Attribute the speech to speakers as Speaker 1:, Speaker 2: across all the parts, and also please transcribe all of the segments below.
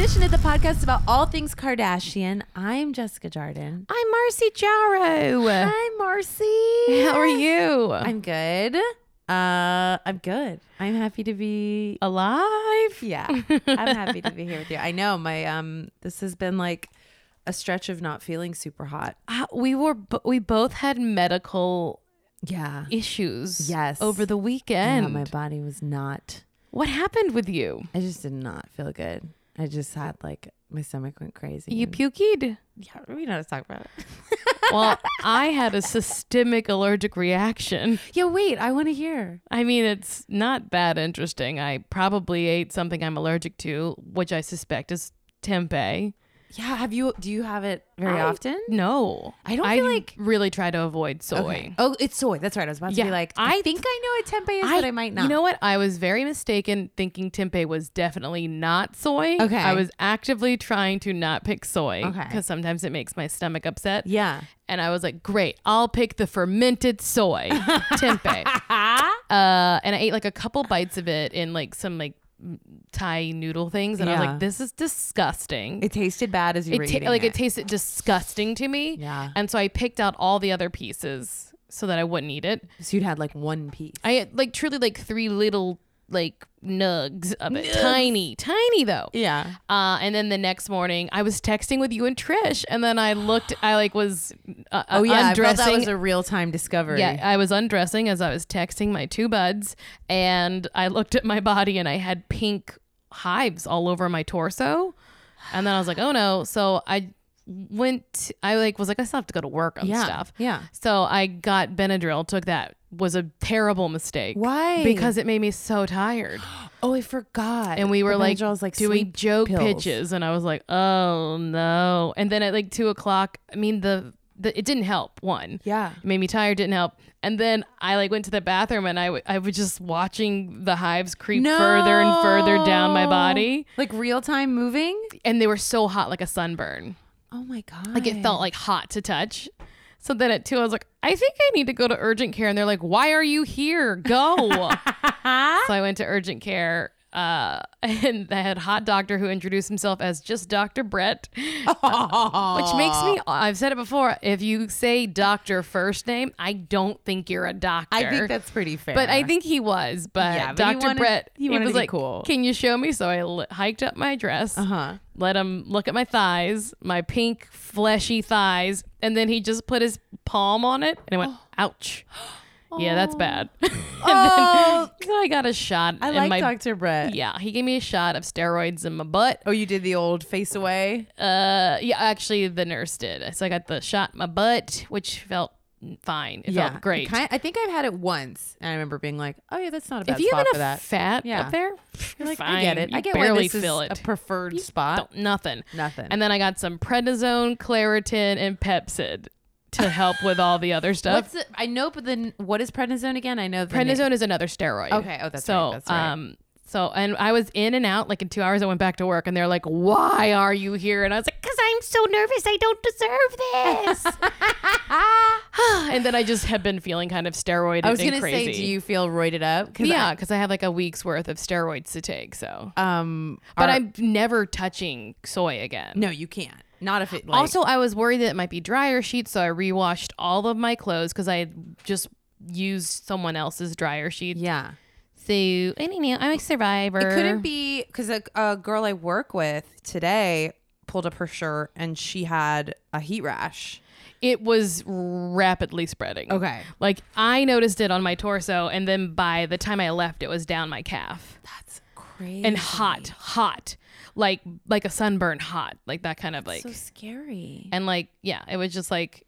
Speaker 1: podcast about all things Kardashian. I'm Jessica Jardin.
Speaker 2: I'm Marcy Jarrow.
Speaker 1: Hi, Marcy. Oh.
Speaker 2: How are you?
Speaker 1: I'm good. Uh, I'm good. I'm happy to be.
Speaker 2: alive.
Speaker 1: Yeah, I'm happy to be here with you. I know my um. This has been like a stretch of not feeling super hot.
Speaker 2: Uh, we were bo- we both had medical
Speaker 1: Yeah.
Speaker 2: issues
Speaker 1: Yes.
Speaker 2: over the
Speaker 1: Yeah,
Speaker 2: weekend.
Speaker 1: my body was not.
Speaker 2: what happened with you?
Speaker 1: I just did not feel good. I just had like my stomach went crazy.
Speaker 2: You
Speaker 1: and-
Speaker 2: puked?
Speaker 1: yeah, we know how to talk about it.
Speaker 2: well, I had a systemic allergic reaction.
Speaker 1: Yeah, wait. I want to hear.
Speaker 2: I mean, it's not that interesting. I probably ate something I'm allergic to, which I suspect is tempeh.
Speaker 1: Yeah, have you? Do you have it very
Speaker 2: I-
Speaker 1: often?
Speaker 2: No,
Speaker 1: I don't feel like-
Speaker 2: really try to avoid soy.
Speaker 1: Okay. Oh, it's soy. That's right. I was about to be
Speaker 2: Yeah,
Speaker 1: like, I,
Speaker 2: I-
Speaker 1: think I know what tempeh is, but I might not.
Speaker 2: You know what? I was very mistaken thinking tempeh was definitely not soy.
Speaker 1: Okay.
Speaker 2: I was actively trying to not pick soy
Speaker 1: Okay.
Speaker 2: because sometimes it makes my stomach upset.
Speaker 1: Yeah.
Speaker 2: And I was like, great, I'll pick the fermented soy tempeh. Uh, and I ate like a couple bites of it in like some like m- Thai noodle things. And I was
Speaker 1: Yeah.
Speaker 2: like, this is disgusting.
Speaker 1: It tasted bad as you
Speaker 2: It
Speaker 1: were
Speaker 2: ta-
Speaker 1: eating
Speaker 2: like
Speaker 1: it.
Speaker 2: it tasted disgusting to me.
Speaker 1: Yeah.
Speaker 2: And so I picked out all the other pieces so that I wouldn't eat it.
Speaker 1: so you'd had like one piece.
Speaker 2: I had like truly like three little like nugs of it. Tiny, tiny though.
Speaker 1: yeah.
Speaker 2: Uh, and then the next morning, I was texting with you and Trish, and then I looked. I like was uh,
Speaker 1: Oh yeah.
Speaker 2: undressing.
Speaker 1: I felt that was a real time discovery.
Speaker 2: yeah, I was undressing as I was texting my two buds, and I looked at my body, and I had pink hives all over my torso, and then I was like, oh no. So I went. I like was like, I still have to go to work on
Speaker 1: Yeah.
Speaker 2: um, stuff.
Speaker 1: Yeah.
Speaker 2: So I got Benadryl, took that. Was a terrible mistake.
Speaker 1: Why?
Speaker 2: Because it made me so tired.
Speaker 1: Oh, I forgot.
Speaker 2: And we were
Speaker 1: The
Speaker 2: like,
Speaker 1: Benadryl's, like
Speaker 2: doing
Speaker 1: sleep
Speaker 2: joke
Speaker 1: pills.
Speaker 2: pitches. And I was like, oh no. And then at like two o'clock, I mean, the, the it didn't help. One.
Speaker 1: Yeah.
Speaker 2: It made me tired, didn't help. And then I like went to the bathroom and I, w- I was just watching the hives creep further and further down my
Speaker 1: No.
Speaker 2: body.
Speaker 1: Like real time moving.
Speaker 2: And they were so hot, like a sunburn.
Speaker 1: Oh my god.
Speaker 2: Like it felt like hot to touch. So then at two, I was like, I think I need to go to urgent care. And they're like, Why are you here? Go. so I went to urgent care. Uh, and I had hot doctor who introduced himself as just Dr. Brett, which makes me, I've said it before, if you say doctor first name, I don't think you're a doctor.
Speaker 1: I think that's pretty fair.
Speaker 2: But I think he was. But,
Speaker 1: Yeah, but he
Speaker 2: Dr.
Speaker 1: wanted-
Speaker 2: Brett,
Speaker 1: he wanted
Speaker 2: was
Speaker 1: to be
Speaker 2: like,
Speaker 1: cool.
Speaker 2: Can you show me? So I l- hiked up my dress,
Speaker 1: Uh-huh.
Speaker 2: let him look at my thighs, my pink, fleshy thighs. And then he just put his palm on it and it went, ouch. Yeah, that's bad. and
Speaker 1: Oh.
Speaker 2: then I got a shot.
Speaker 1: I
Speaker 2: in
Speaker 1: like
Speaker 2: my,
Speaker 1: Dr. Brett.
Speaker 2: Yeah, he gave me a shot of steroids in my butt.
Speaker 1: Oh, you did the old face away.
Speaker 2: Uh, yeah, actually, the nurse did. So I got the shot in my butt, which felt fine. It felt great.
Speaker 1: Kind- I think I've had it once, and I remember being like, "Oh yeah, that's not a bad
Speaker 2: if you
Speaker 1: spot
Speaker 2: have
Speaker 1: for that."
Speaker 2: enough fat
Speaker 1: Yeah.
Speaker 2: up there,
Speaker 1: You're
Speaker 2: you're
Speaker 1: like,
Speaker 2: fine.
Speaker 1: I get it.
Speaker 2: You
Speaker 1: I get
Speaker 2: barely
Speaker 1: why this
Speaker 2: feel
Speaker 1: is
Speaker 2: it.
Speaker 1: a preferred spot.
Speaker 2: Don't- nothing.
Speaker 1: Nothing.
Speaker 2: And then I got some prednisone, Claritin, and Pepsid to help with all the other
Speaker 1: What's
Speaker 2: stuff.
Speaker 1: the, I know, but then what is prednisone again? I know the name.
Speaker 2: prednisone is another steroid.
Speaker 1: Okay. Oh, that's
Speaker 2: so.
Speaker 1: right. That's right.
Speaker 2: Um, so and I was in and out like in two hours. I went back to work and they're like, "Why are you here?" And I was like, "Cause I'm so nervous. I don't deserve this." and then I just have been feeling kind of steroid.
Speaker 1: I was
Speaker 2: and
Speaker 1: gonna
Speaker 2: crazy.
Speaker 1: say, do you feel roided up? 'Cause
Speaker 2: Yeah, because I have like a week's worth of steroids to take. So
Speaker 1: I- um.
Speaker 2: But
Speaker 1: our-
Speaker 2: I'm never touching soy again.
Speaker 1: no, you can't. Not if it. Like,
Speaker 2: Also, I was worried that it might be dryer sheets, so I rewashed all of my clothes because I had just used someone else's dryer sheet.
Speaker 1: Yeah.
Speaker 2: So I don't know. I'm a survivor.
Speaker 1: It couldn't be because a, a girl I work with today pulled up her shirt and she had a heat rash.
Speaker 2: It was rapidly spreading.
Speaker 1: Okay.
Speaker 2: Like I noticed it on my torso, and then by the time I left, it was down my calf
Speaker 1: That's crazy
Speaker 2: and hot, hot, like like a sunburn, hot, like that kind of like.
Speaker 1: so scary.
Speaker 2: And like, yeah, it was just like,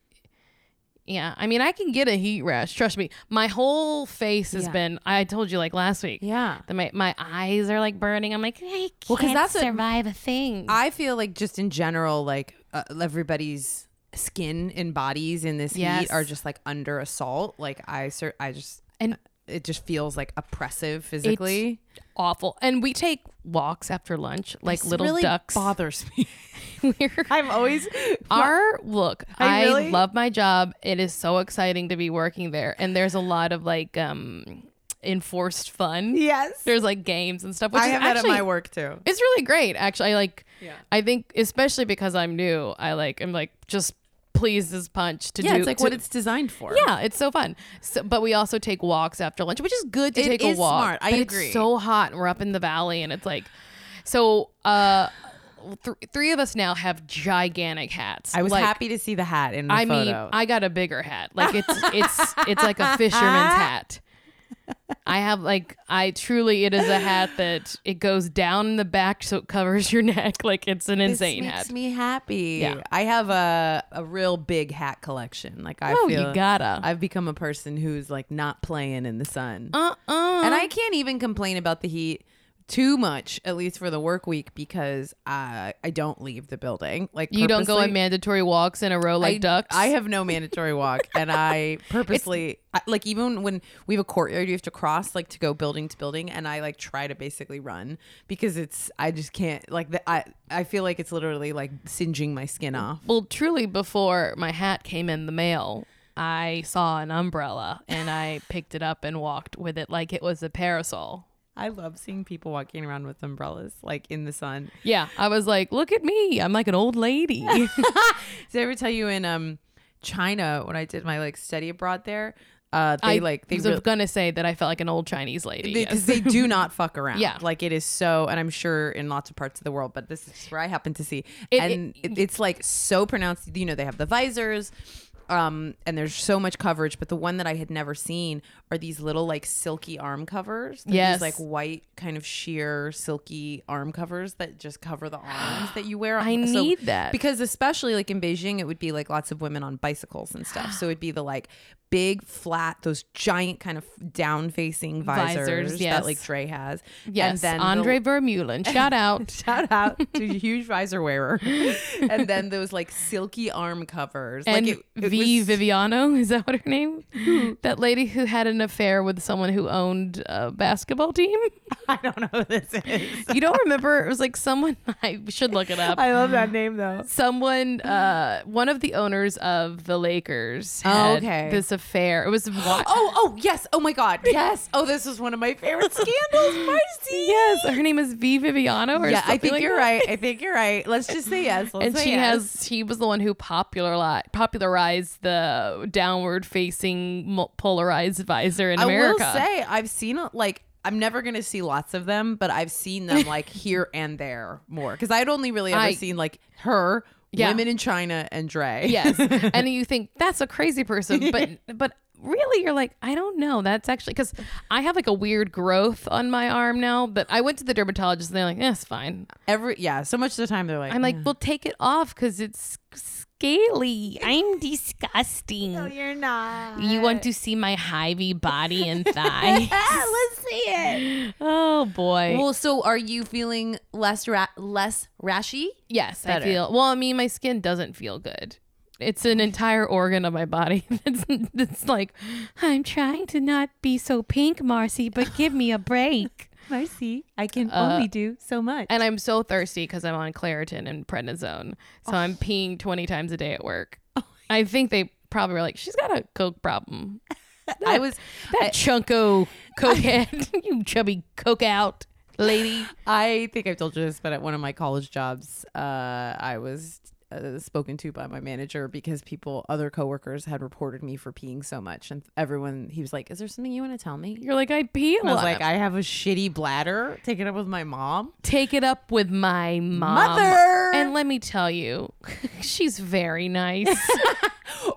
Speaker 2: yeah. I mean, I can get a heat rash. Trust me. My whole face has
Speaker 1: Yeah.
Speaker 2: been. I told you like last week.
Speaker 1: Yeah.
Speaker 2: That my my eyes are like burning. I'm like, I can't
Speaker 1: 'cause that's what-
Speaker 2: survive a thing.
Speaker 1: I feel like just in general, like uh, everybody's skin and bodies in this
Speaker 2: Yes.
Speaker 1: heat are just like under assault. Like I, cer- I just uh,
Speaker 2: And-
Speaker 1: it just feels like oppressive physically.
Speaker 2: Awful. And we take walks after lunch, like
Speaker 1: This
Speaker 2: little
Speaker 1: really
Speaker 2: ducks.
Speaker 1: bothers me.
Speaker 2: We're-
Speaker 1: I'm always
Speaker 2: Our look,
Speaker 1: I
Speaker 2: I,
Speaker 1: really-
Speaker 2: love my job. It is so exciting to be working there. And there's a lot of like um enforced fun.
Speaker 1: Yes.
Speaker 2: There's like games and stuff. Which
Speaker 1: I
Speaker 2: is
Speaker 1: have that at
Speaker 2: actually,
Speaker 1: my work too.
Speaker 2: It's really great, actually. I like.
Speaker 1: Yeah.
Speaker 2: I think, especially because I'm new, I like. I'm like just pleased as punch to
Speaker 1: Yeah,
Speaker 2: do.
Speaker 1: it's like
Speaker 2: to-
Speaker 1: what it's designed for.
Speaker 2: Yeah, it's so fun. So, but we also take walks after lunch, which is good to
Speaker 1: It
Speaker 2: take
Speaker 1: is
Speaker 2: a walk.
Speaker 1: smart. I
Speaker 2: but
Speaker 1: agree.
Speaker 2: It's so hot, and we're up in the valley, and it's like, so uh, th- three of us now have gigantic hats.
Speaker 1: I was
Speaker 2: Like,
Speaker 1: happy to see the hat in the
Speaker 2: I
Speaker 1: photo.
Speaker 2: mean, I got a bigger hat. Like it's it's it's like a fisherman's hat. I have like I truly it is a hat that it goes down in the back so it covers your neck. Like it's an
Speaker 1: this
Speaker 2: insane
Speaker 1: makes
Speaker 2: hat.
Speaker 1: me happy.
Speaker 2: Yeah.
Speaker 1: I have a a real big hat collection. Like I
Speaker 2: oh,
Speaker 1: feel
Speaker 2: you gotta.
Speaker 1: I've become a person who's like not playing in the sun.
Speaker 2: uh uh
Speaker 1: and I can't even complain about the heat too much, at least for the work week, because I I don't leave the building. Like
Speaker 2: You don't go
Speaker 1: purposely.
Speaker 2: on mandatory walks in a row like
Speaker 1: I-
Speaker 2: ducks.
Speaker 1: I have no mandatory walk, and I purposely I, like even when we have a courtyard you have to cross like to go building to building, and I like try to basically run because it's I just can't like the, I I feel like it's literally like singeing my skin off.
Speaker 2: Well, truly, before my hat came in the mail, I saw an umbrella and I picked it up and walked with it like it was a parasol.
Speaker 1: I love seeing people walking around with umbrellas like in the sun.
Speaker 2: Yeah, I was like, look at me. I'm like an old lady.
Speaker 1: Did I ever tell you in um China when I did my like study abroad there? Uh, they
Speaker 2: I
Speaker 1: like they
Speaker 2: was
Speaker 1: real-
Speaker 2: going to say that I felt like an old Chinese lady. yes.
Speaker 1: because they do not fuck around.
Speaker 2: Yeah.
Speaker 1: like it is so, and I'm sure in lots of parts of the world, but this is where I happen to see,
Speaker 2: It-
Speaker 1: and it, it's like so pronounced. You know, they have the visors, um, and there's so much coverage. But the one that I had never seen are these little like silky arm covers. They're
Speaker 2: Yes.
Speaker 1: these, like white kind of sheer silky arm covers that just cover the arms that you wear.
Speaker 2: I
Speaker 1: So-
Speaker 2: need that.
Speaker 1: because especially like in Beijing, it would be like lots of women on bicycles and stuff. So it'd be the like big flat, those giant kind of down facing visors,
Speaker 2: Visors, yes.
Speaker 1: that like Dre has.
Speaker 2: yes, Andre Vermeulen. Shout out.
Speaker 1: Shout out to huge visor wearer, and then those like silky arm covers.
Speaker 2: And
Speaker 1: like
Speaker 2: V.
Speaker 1: was-
Speaker 2: Viviano, is that what her name? that lady who had an affair with someone who owned a basketball team.
Speaker 1: I don't know who this is.
Speaker 2: You don't remember? It was like someone, I should look it up.
Speaker 1: I love that name though.
Speaker 2: someone uh one of the owners of the Lakers
Speaker 1: Oh,
Speaker 2: had
Speaker 1: okay.
Speaker 2: this affair. It was wa-
Speaker 1: Oh, oh yes. Oh my God. Yes. Oh, this is one of my favorite scandals. Marcy.
Speaker 2: yes, her name is V Viviano or
Speaker 1: Yeah, I
Speaker 2: something
Speaker 1: think
Speaker 2: like
Speaker 1: you're
Speaker 2: that.
Speaker 1: right. I think you're right. Let's just say yes. Let's
Speaker 2: And
Speaker 1: say
Speaker 2: she
Speaker 1: yes.
Speaker 2: has she was the one who popularized popularized the downward facing mo- polarized visor in America.
Speaker 1: I will say I've seen like I'm never gonna see lots of them, but I've seen them like here and there more because I'd only really ever
Speaker 2: I-
Speaker 1: seen like her,
Speaker 2: Yeah.
Speaker 1: women in China, and Dre.
Speaker 2: yes, and you think that's a crazy person, but but really you're like I don't know. That's actually because I have like a weird growth on my arm now. But I went to the dermatologist and they're like, that's fine.
Speaker 1: every yeah. So much of the time they're like,
Speaker 2: I'm like,
Speaker 1: "Yeah."
Speaker 2: well, take it off because it's scaly. I'm disgusting. No, you're not. You want to see my hivey body and thigh?
Speaker 1: let's see it.
Speaker 2: oh boy.
Speaker 1: Well, so are you feeling less ra- less rashy?
Speaker 2: yes,
Speaker 1: better.
Speaker 2: I feel. Well, I mean, my skin doesn't feel good. It's an entire organ of my body that's, that's like, I'm trying to not be so pink, Marcy, but give me a break.
Speaker 1: Mercy, I can
Speaker 2: only
Speaker 1: do so much.
Speaker 2: And I'm so thirsty because I'm on Claritin and prednisone. So I'm peeing 20 times a day at work. I think they probably were like, she's got a coke problem.
Speaker 1: I was
Speaker 2: That chunko cokehead, you chubby coke out lady.
Speaker 1: I think I've told you this, but at one of my college jobs, uh, I was uh, spoken to by my manager because people, other coworkers, had reported me for peeing so much, and everyone he was like, "Is there something you want to tell me?"
Speaker 2: You're like, I pee a
Speaker 1: And I was
Speaker 2: lot.
Speaker 1: like, "I have a shitty bladder. Take it up with my mom,
Speaker 2: Take it up with my mom.
Speaker 1: mother."
Speaker 2: And let me tell you, she's very nice.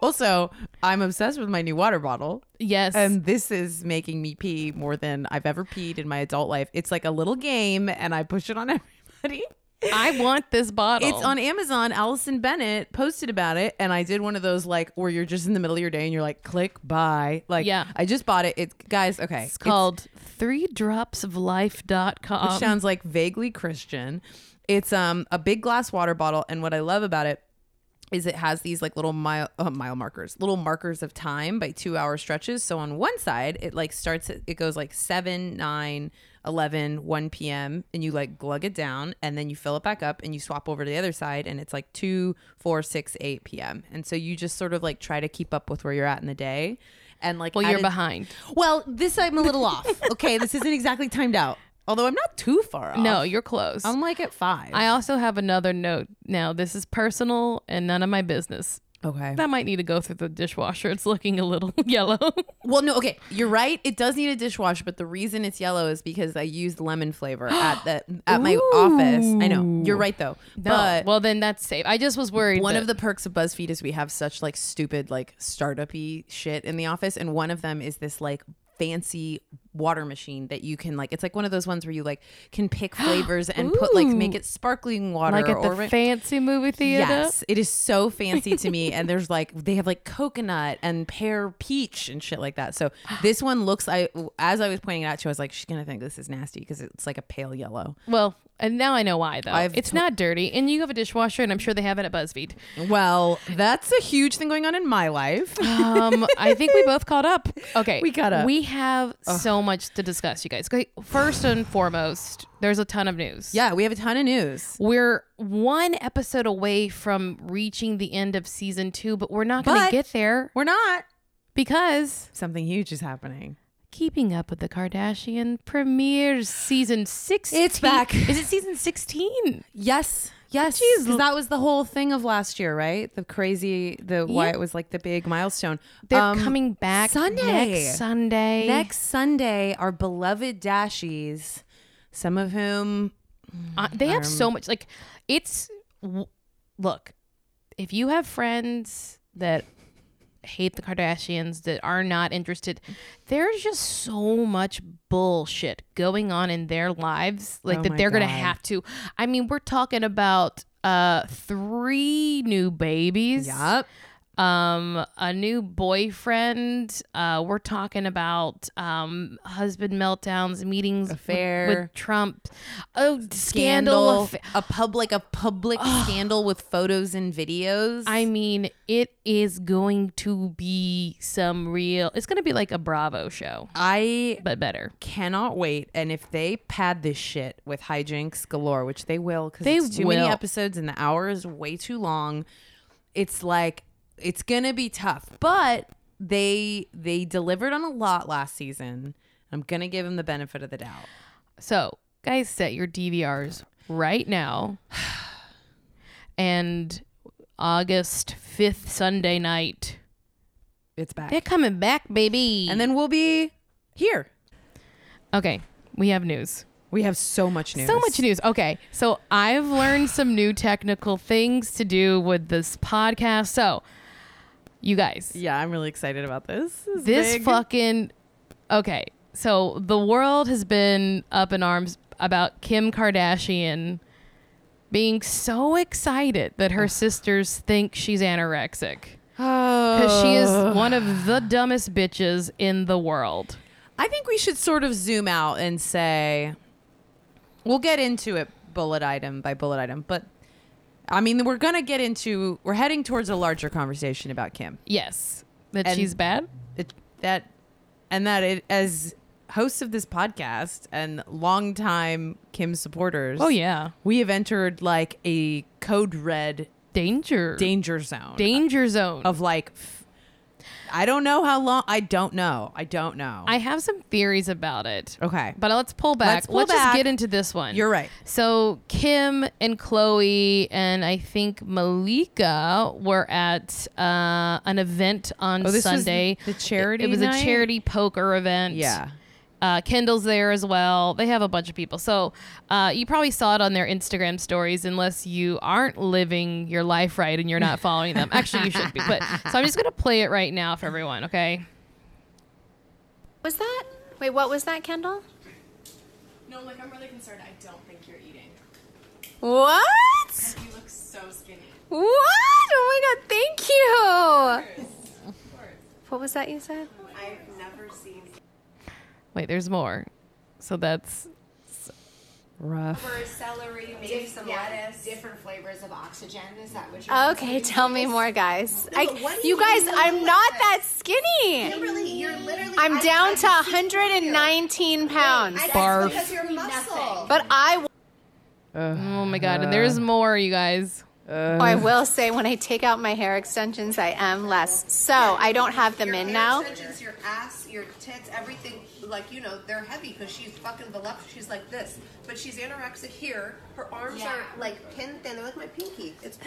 Speaker 1: also, I'm obsessed with my new water bottle.
Speaker 2: yes.
Speaker 1: And this is making me pee more than I've ever peed in my adult life. It's like a little game, and I push it on everybody.
Speaker 2: I want this bottle.
Speaker 1: It's on Amazon. Allison Bennett posted about it, and I did one of those like where you're just in the middle of your day and you're like, click buy. Like,
Speaker 2: Yeah.
Speaker 1: I just bought it. It's guys, okay.
Speaker 2: It's called three drops of life.com.
Speaker 1: It sounds like vaguely Christian. It's um a big glass water bottle, and what I love about it is it has these like little mile uh, mile markers, little markers of time by two hour stretches. So on one side, it like starts at, it goes like 7, 9, 11, 1 p.m. and you like glug it down and then you fill it back up and you swap over to the other side and it's like 2, 4, 6, 8 p.m. And so you just sort of like try to keep up with where you're at in the day. and like
Speaker 2: Well, you're
Speaker 1: added-
Speaker 2: behind.
Speaker 1: Well, this I'm a little off. Okay, this isn't exactly timed out. Although I'm not too far off.
Speaker 2: No, you're close.
Speaker 1: I'm like at five.
Speaker 2: I also have another note. Now, this is personal and none of my business.
Speaker 1: okay.
Speaker 2: That might need to go through the dishwasher. It's looking a little yellow.
Speaker 1: Well, no, okay, you're right. It does need a dishwasher, but the reason it's yellow is because I used lemon flavor at the at my office. I know you're right though, but
Speaker 2: well, then that's safe. I just was worried.
Speaker 1: one
Speaker 2: that-
Speaker 1: of the perks of BuzzFeed is we have such like stupid like startupy shit in the office, and one of them is this like fancy water machine that you can like. It's like one of those ones where you like can pick flavors and put like make it sparkling water
Speaker 2: like at the
Speaker 1: or ri-
Speaker 2: fancy movie theater.
Speaker 1: Yes, it is so fancy to me. And there's like they have like coconut and pear peach and shit like that. So this one looks. I as I was pointing it out, to her, I was like, she's gonna think this is nasty because it's like a pale yellow.
Speaker 2: Well, and now I know why though.
Speaker 1: I've
Speaker 2: it's
Speaker 1: to-
Speaker 2: not dirty, and you have a dishwasher, and I'm sure they have it at BuzzFeed.
Speaker 1: Well, that's a huge thing going on in my life.
Speaker 2: Um, I think we both caught up. Okay,
Speaker 1: We caught up.
Speaker 2: We have so much to discuss, you guys. Okay, First and foremost, there's a ton of news.
Speaker 1: yeah, we have a ton of news.
Speaker 2: We're one episode away from reaching the end of season two, but we're not going to
Speaker 1: But-
Speaker 2: get there
Speaker 1: We're not.
Speaker 2: because
Speaker 1: Something huge is happening.
Speaker 2: Keeping Up with the Kardashian premieres season 16.
Speaker 1: It's back.
Speaker 2: Is it season 16?
Speaker 1: Yes. Yes,
Speaker 2: Jeez.
Speaker 1: because that was the whole thing of last year, right? The crazy, the why it was like the big milestone.
Speaker 2: They're
Speaker 1: Um,
Speaker 2: coming back
Speaker 1: Sunday.
Speaker 2: next Sunday.
Speaker 1: Next Sunday, our beloved Dashies, some of whom
Speaker 2: Uh, they have so
Speaker 1: Um,
Speaker 2: much. Like, it's. W- look, if you have friends that hate the Kardashians, that are not interested, there's just so much bullshit going on in their lives. Like,
Speaker 1: Oh my
Speaker 2: that they're going to
Speaker 1: God.
Speaker 2: have to. I mean, we're talking about uh three new babies.
Speaker 1: Yup.
Speaker 2: um a new boyfriend uh we're talking about um husband meltdowns meetings with-
Speaker 1: Affair.
Speaker 2: with, trump oh scandal, affa-
Speaker 1: a public a public scandal with photos and videos.
Speaker 2: i mean it is going to be some real it's gonna be like a bravo show
Speaker 1: I
Speaker 2: but better
Speaker 1: cannot wait. And if they pad this shit with hijinks galore, which they will, because
Speaker 2: They
Speaker 1: it's too many
Speaker 2: will.
Speaker 1: episodes and the hour is way too long, it's like it's gonna be tough. But they they delivered on a lot last season. I'm gonna give them the benefit of the doubt.
Speaker 2: so guys set your dvrs right now and august 5th sunday night
Speaker 1: It's back,
Speaker 2: they're coming back baby
Speaker 1: and then we'll be here.
Speaker 2: okay we have news
Speaker 1: We have so much news.
Speaker 2: So much news. Okay. So I've learned some new technical things to do with this podcast. So, you guys,
Speaker 1: Yeah, I'm really excited about this. This, is
Speaker 2: this
Speaker 1: big.
Speaker 2: fucking. Okay. So the world has been up in arms about Kim Kardashian being so excited that her sisters think she's anorexic. Because she is one of the dumbest bitches in the world.
Speaker 1: I think we should sort of zoom out and say we'll get into it bullet item by bullet item, but I mean we're gonna get into we're heading towards a larger conversation about Kim.
Speaker 2: Yes. That
Speaker 1: And-
Speaker 2: she's bad?
Speaker 1: It, that and that it, as hosts of this podcast and longtime Kim supporters.
Speaker 2: Oh, yeah.
Speaker 1: we have entered like a code red
Speaker 2: Danger.
Speaker 1: danger zone
Speaker 2: Danger zone.
Speaker 1: of like. f- I don't know how long. I don't know. I don't know.
Speaker 2: I have some theories about it.
Speaker 1: okay.
Speaker 2: But let's pull back.
Speaker 1: Let's
Speaker 2: Let's,
Speaker 1: pull back.
Speaker 2: just get into this one.
Speaker 1: You're right.
Speaker 2: So Kim and Chloe and I think Malika were at uh, an event on
Speaker 1: Oh, this was
Speaker 2: Sunday.
Speaker 1: the charity
Speaker 2: It, was
Speaker 1: night?
Speaker 2: a charity poker event.
Speaker 1: Yeah.
Speaker 2: Uh, Kendall's there as well. They have a bunch of people. So uh, you probably saw it on their Instagram stories, unless you aren't living your life right and you're not following them. Actually, you should be. But so I'm just gonna play it right now for everyone. Okay.
Speaker 3: was that? Wait, what was that, Kendall?
Speaker 4: No, like I'm really concerned. I don't think you're eating.
Speaker 3: What?
Speaker 4: You look so skinny.
Speaker 3: What? Oh my god, thank you. What was that you said?
Speaker 4: I've never seen.
Speaker 2: Wait, there's more. So that's
Speaker 1: Rough.
Speaker 4: Or celery, maybe some lettuce. Different flavors of oxygen. Is that what you're?
Speaker 3: Okay, tell me more, guys. I,
Speaker 4: what do
Speaker 3: you
Speaker 4: you
Speaker 3: guys,
Speaker 4: mean
Speaker 3: I'm
Speaker 4: you
Speaker 3: not
Speaker 4: like
Speaker 3: that skinny.
Speaker 4: Literally, you're literally.
Speaker 3: I'm
Speaker 4: I-
Speaker 3: down
Speaker 4: I
Speaker 3: to
Speaker 4: can see through you.
Speaker 3: 119 pounds,
Speaker 4: I- that's
Speaker 2: Barf.
Speaker 4: because you're muscle.
Speaker 3: but I
Speaker 1: Uh.
Speaker 2: oh my god, and there's more, you guys.
Speaker 3: Oh, I will say when I take out my hair extensions, I am less. So I don't have them
Speaker 4: your
Speaker 3: in
Speaker 4: hair
Speaker 3: now.
Speaker 4: Extensions, your ass, your tits, everything. Like you know, they're heavy because she's fucking voluptuous. She's like this, but she's anorexic here. Her arms are like pin thin. They're like my pinky. It's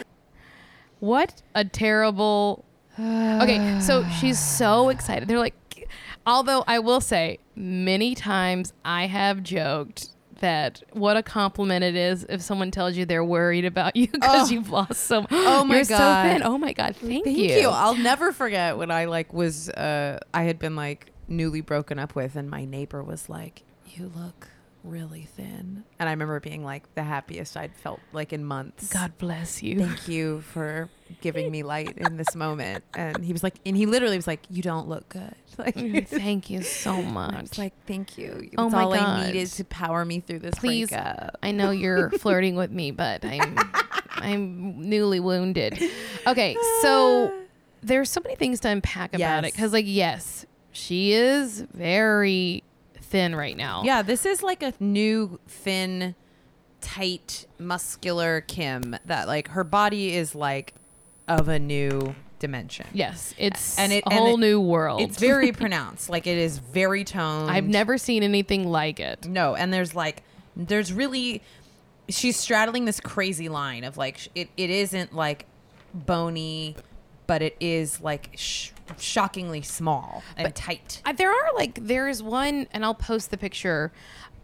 Speaker 2: What a terrible. Okay, so she's so excited. They're like, although I will say, many times I have joked that what a compliment it is if someone tells you they're worried about you because you've lost so. Oh
Speaker 1: my
Speaker 2: You're
Speaker 1: God.
Speaker 2: So thin. Oh my god! Thank,
Speaker 1: Thank you. I'll never forget when I like was uh I had been like newly broken up with and my neighbor was like, You look really thin. And I remember being like the happiest I'd felt like in months.
Speaker 2: God bless you.
Speaker 1: Thank you for giving me light in this moment. And he was like and he literally was like, You don't look good. Like
Speaker 2: Thank you so much.
Speaker 1: it's like thank you.
Speaker 2: Oh
Speaker 1: It's
Speaker 2: my
Speaker 1: all I
Speaker 2: God.
Speaker 1: needed to power me through this
Speaker 2: please.
Speaker 1: breakup.
Speaker 2: I know you're flirting with me, but I'm I'm newly wounded. Okay, so there's so many things to unpack about it
Speaker 1: Yes.
Speaker 2: because, like, yes, she is very thin right now.
Speaker 1: Yeah, this is like a new thin, tight, muscular Kim that like her body is like of a new dimension.
Speaker 2: Yes, it's
Speaker 1: And it-
Speaker 2: a
Speaker 1: and
Speaker 2: whole
Speaker 1: it-
Speaker 2: new world.
Speaker 1: It's very pronounced. Like it is very toned.
Speaker 2: I've never seen anything like it.
Speaker 1: No, and there's like there's really she's straddling this crazy line of like sh- it it isn't like bony but it is like sh- shockingly small and tight.
Speaker 2: I, there are like there's one and i'll post the picture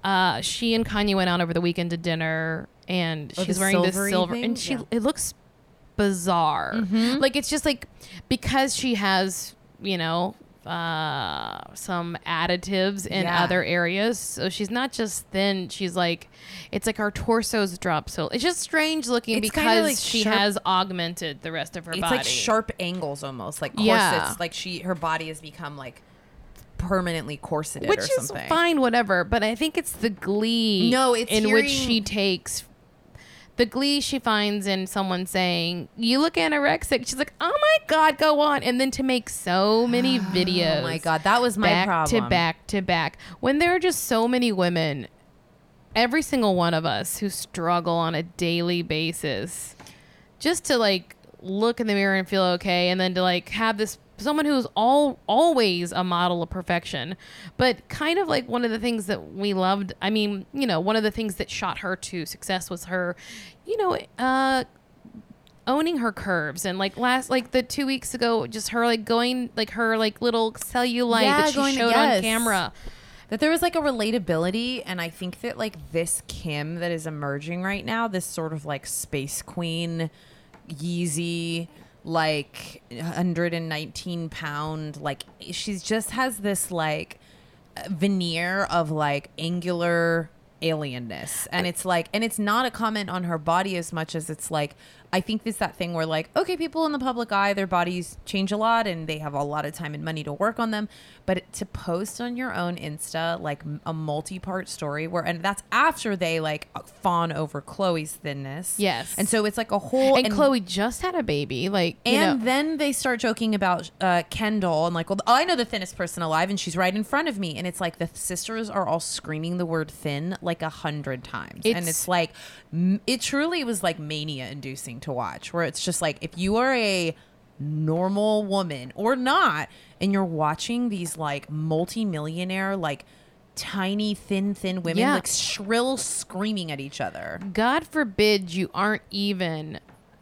Speaker 2: uh she and kanye went out over the weekend to dinner and
Speaker 1: Oh,
Speaker 2: she's
Speaker 1: the
Speaker 2: wearing this
Speaker 1: silvery
Speaker 2: silver
Speaker 1: thing?
Speaker 2: and she
Speaker 1: Yeah. Mm-hmm.
Speaker 2: it looks bizarre like it's just like because she has you know uh some additives in
Speaker 1: Yeah.
Speaker 2: other areas so she's not just thin she's like it's like her torso's drop so it's just strange looking
Speaker 1: It's kinda
Speaker 2: because
Speaker 1: like
Speaker 2: she
Speaker 1: sharp-
Speaker 2: has augmented the rest of her
Speaker 1: it's
Speaker 2: body
Speaker 1: like sharp angles almost like corsets
Speaker 2: Yeah.
Speaker 1: like she her body has become like permanently corseted
Speaker 2: which
Speaker 1: or
Speaker 2: is
Speaker 1: something
Speaker 2: fine, whatever. But I think it's the glee.
Speaker 1: No, it's
Speaker 2: in which
Speaker 1: hearing-
Speaker 2: she takes the glee she finds in someone saying, "You look anorexic." She's like, "Oh my god, go on!" And then to make so many videos.
Speaker 1: oh my god that was my
Speaker 2: back
Speaker 1: problem
Speaker 2: to back to back. When there are just so many women, every single one of us who struggle on a daily basis, just to like look in the mirror and feel okay, and then to like have this someone who's all always a model of perfection, but kind of like one of the things that we loved. I mean, you know, one of the things that shot her to success was her, you know, uh owning her curves and like last like the two weeks ago just her like going like her like little cellulite
Speaker 1: Yeah,
Speaker 2: that she
Speaker 1: going-
Speaker 2: showed on
Speaker 1: yes.
Speaker 2: camera
Speaker 1: that there was like a relatability and i think that like this kim that is emerging right now this sort of like space queen yeezy like 119 pound like she just has this like veneer of like angular alienness and it's like and it's not a comment on her body as much as it's like i think it's that thing where like okay people in the public eye their bodies change a lot and they have a lot of time and money to work on them but to post on your own insta like m- a multi-part story where and that's after they like fawn over chloe's thinness
Speaker 2: Yes.
Speaker 1: and so it's like a whole
Speaker 2: and, chloe just had a baby like you
Speaker 1: and
Speaker 2: know,
Speaker 1: then they start joking about uh, Kendall and like, well, I know the thinnest person alive, and she's right in front of me. And it's like the sisters are all screaming the word thin like a hundred times, and
Speaker 2: It's-
Speaker 1: it's like m- it truly was like mania inducing to watch, where it's just like if you are a normal woman or not, and you're watching these like multimillionaire like tiny thin thin women
Speaker 2: Yeah.
Speaker 1: like shrill screaming at each other.
Speaker 2: god forbid you aren't even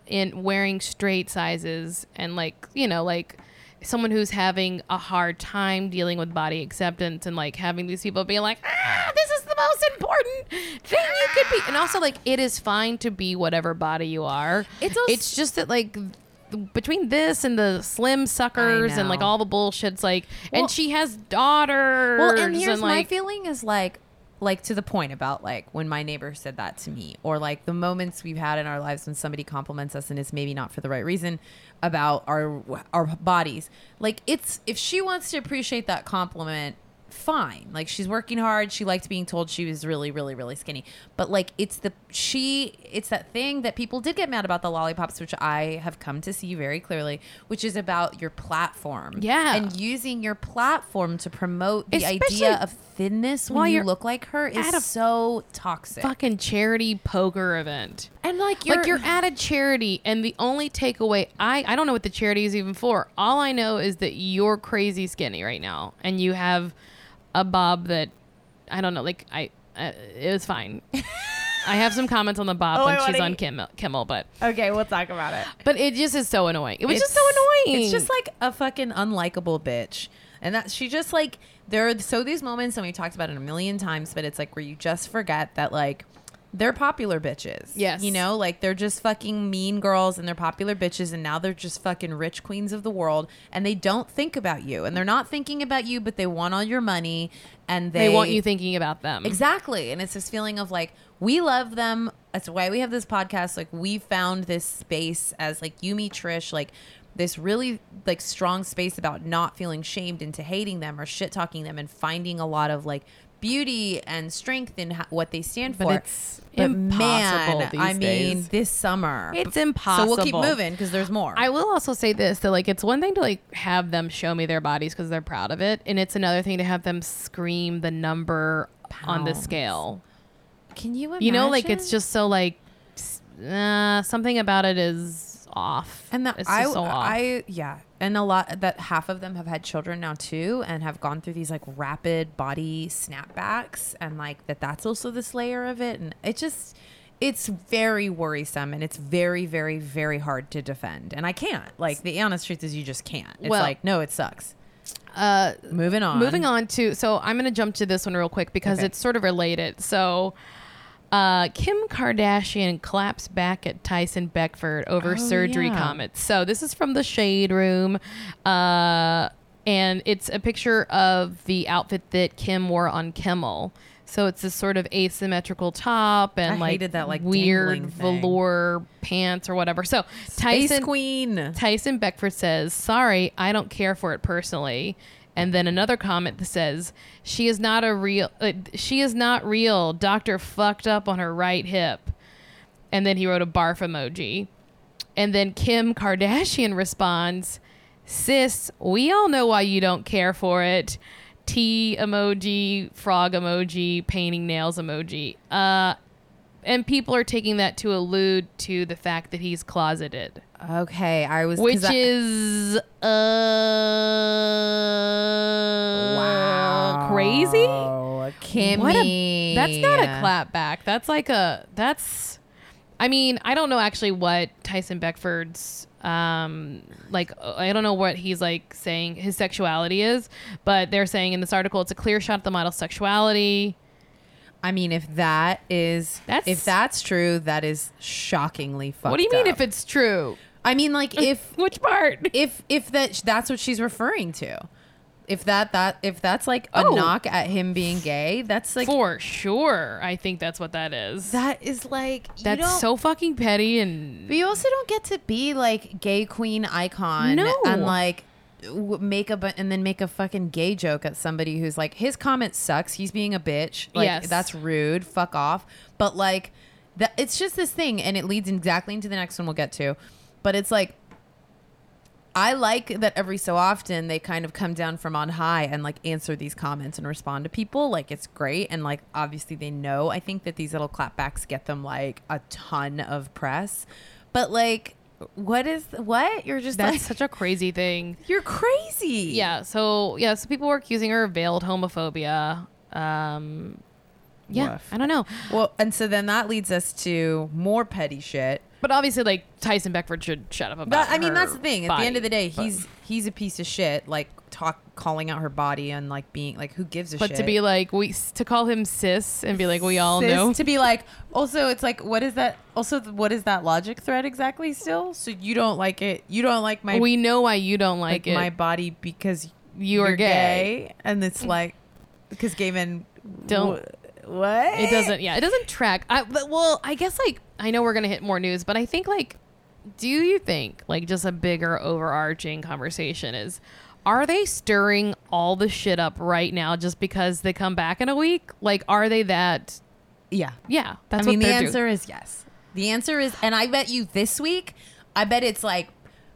Speaker 2: in wearing straight sizes and like you know like someone who's having a hard time dealing with body acceptance and like having these people be like ah this is the most important thing you could be and also like it is fine to be whatever body you are
Speaker 1: It's also-
Speaker 2: it's just that like th- between this and the slim suckers and like
Speaker 1: know.
Speaker 2: all the bullshit's like
Speaker 1: Well-
Speaker 2: and she has daughters
Speaker 1: Well, and here's my
Speaker 2: like,
Speaker 1: feeling is like, like to the point about like when my neighbor said that to me, or like the moments we've had in our lives when somebody compliments us and it's maybe not for the right reason about our our bodies. Like it's if she wants to appreciate that compliment fine. Like she's working hard. She liked being told she was really, really, really skinny. But like it's the she it's that thing that people did get mad about the lollipops, which I have come to see very clearly, which is about your platform.
Speaker 2: Yeah.
Speaker 1: And using your platform to promote the
Speaker 2: Especially
Speaker 1: idea of thinness
Speaker 2: while
Speaker 1: when you
Speaker 2: you're
Speaker 1: look like her is
Speaker 2: at a
Speaker 1: so toxic.
Speaker 2: Fucking charity poker event.
Speaker 1: and like
Speaker 2: like you're at a charity and the only takeaway I I don't know what the charity is even for. All I know is that you're crazy skinny right now and you have a bob that I don't know like I uh, it was fine. I have some comments on the bob
Speaker 1: Oh, I
Speaker 2: when she's
Speaker 1: wanna-
Speaker 2: on Kimmel, Kimmel but
Speaker 1: Okay, we'll talk about it.
Speaker 2: but it just is so annoying. It was just so
Speaker 1: It's-
Speaker 2: annoying.
Speaker 1: It's just like a fucking unlikable bitch. And that she just like there are so these moments and we talked about it a million times, but it's like where you just forget that like they're popular bitches.
Speaker 2: Yes.
Speaker 1: You know, like they're just fucking mean girls and they're popular bitches and now they're just fucking rich queens of the world and they don't think about you and they're not thinking about you, but they want all your money and
Speaker 2: they,
Speaker 1: they,
Speaker 2: want you thinking about them.
Speaker 1: Exactly. And it's this feeling of like, we love them. That's why we have this podcast. Like, we found this space as like you, me, Trish, like this really like strong space about not feeling shamed into hating them or shit talking them and finding a lot of like beauty and strength in ho- what they stand
Speaker 2: But
Speaker 1: for.
Speaker 2: it's impossible these
Speaker 1: I mean,
Speaker 2: days.
Speaker 1: this summer.
Speaker 2: It's
Speaker 1: So we'll keep
Speaker 2: impossible.
Speaker 1: moving because there's more.
Speaker 2: I will also say this that like it's one thing to like have them show me their bodies because they're proud of it, and it's another thing to have them scream the number on the
Speaker 1: Pounds.
Speaker 2: scale.
Speaker 1: Can you imagine?
Speaker 2: You know, like it's just so like s- uh, something about it is off.
Speaker 1: And that
Speaker 2: it's
Speaker 1: I,
Speaker 2: just so off.
Speaker 1: I, yeah, and a lot that half of them have had children now too, and have gone through these like rapid body snapbacks, and like that that's also this layer of it, and it just, it's very worrisome, and it's very, very, very hard to defend, and I can't. Like the honest truth is, you just can't. It's
Speaker 2: Well-
Speaker 1: like no, it sucks.
Speaker 2: uh,
Speaker 1: Moving on.
Speaker 2: Moving on to so I'm gonna jump to this one real quick because
Speaker 1: Okay.
Speaker 2: it's sort of related. So uh, Kim Kardashian claps back at Tyson Beckford over surgery
Speaker 1: Oh, yeah.
Speaker 2: comments. So this is from the Shade Room. Uh, and it's a picture of the outfit that Kim wore on Kimmel. So it's this sort of asymmetrical top and
Speaker 1: I
Speaker 2: like,
Speaker 1: hated that, like,
Speaker 2: weird
Speaker 1: dangling thing.
Speaker 2: velour pants or whatever. So
Speaker 1: Ace
Speaker 2: Tyson
Speaker 1: Queen.
Speaker 2: Tyson Beckford says, "Sorry, I don't care for it personally." And then another comment that says, "She is not a real. Uh, she is not real. Doctor fucked up on her right hip." And then he wrote a barf emoji. And then Kim Kardashian responds, "Sis, we all know why you don't care for it." T emoji, frog emoji, painting nails emoji. Uh, and people are taking that to allude to the fact that he's closeted
Speaker 1: Okay, I was 'cause
Speaker 2: which
Speaker 1: I-
Speaker 2: is uh wow crazy
Speaker 1: Oh, Kimmy.
Speaker 2: What a- that's not a clap back that's like a that's i mean i don't know actually what tyson beckford's um like i don't know what he's like saying his sexuality is but they're saying in this article it's a clear shot of the model's sexuality
Speaker 1: I mean, if that is
Speaker 2: That's-
Speaker 1: if that's true, that is shockingly fucked.
Speaker 2: what do you mean
Speaker 1: up.
Speaker 2: if it's true
Speaker 1: I mean, like if
Speaker 2: which part
Speaker 1: if if that that's what she's referring to. If that that if that's like a
Speaker 2: Oh.
Speaker 1: knock at him being gay, that's like
Speaker 2: for sure i think that's what that is
Speaker 1: that is like you
Speaker 2: that's
Speaker 1: don't-
Speaker 2: so fucking petty and
Speaker 1: But you also don't get to be like gay queen icon
Speaker 2: No.
Speaker 1: and like w- make a bu- and then make a fucking gay joke at somebody who's like his comment sucks. He's being a bitch. Like
Speaker 2: Yes.
Speaker 1: that's rude. Fuck off. But like that it's just this thing and it leads exactly into the next one we'll get to. But it's like I like that every so often they kind of come down from on high and like answer these comments and respond to people. Like it's great. And like obviously they know. I think that these little clapbacks get them like a ton of press. But like, what is what? You're just
Speaker 2: That's
Speaker 1: like,
Speaker 2: such a crazy thing.
Speaker 1: you're crazy.
Speaker 2: Yeah. So yeah. So people were accusing her of veiled homophobia. Um, yeah.
Speaker 1: Woof.
Speaker 2: I don't know.
Speaker 1: Well, and so then that leads us to more petty shit.
Speaker 2: But obviously, like Tyson Beckford should shut up about.
Speaker 1: But I mean,
Speaker 2: her
Speaker 1: that's the thing. At the end of the day,
Speaker 2: body, but-
Speaker 1: he's he's a piece of shit. Like talk calling out her body and like being like, who gives a
Speaker 2: But
Speaker 1: shit?
Speaker 2: to be like we to call him cis and be like we all
Speaker 1: cis
Speaker 2: know.
Speaker 1: to be like also it's like what is that also th- what is that logic thread exactly still so you don't like it you don't like my
Speaker 2: we know why you don't
Speaker 1: like
Speaker 2: like, it.
Speaker 1: my body because
Speaker 2: You are
Speaker 1: you're
Speaker 2: gay.
Speaker 1: and it's like because gay men
Speaker 2: Don't-
Speaker 1: wh- what
Speaker 2: it doesn't. Yeah. It doesn't track. I but, well, I guess like I know we're gonna hit more news, but I think like do you think like just a bigger overarching conversation is are they stirring all the shit up right now just because they come back in a week? Like are they that
Speaker 1: Yeah.
Speaker 2: yeah, that's
Speaker 1: I mean,
Speaker 2: what
Speaker 1: the
Speaker 2: they're
Speaker 1: answer is yes. The answer is, and I bet you this week, I bet it's like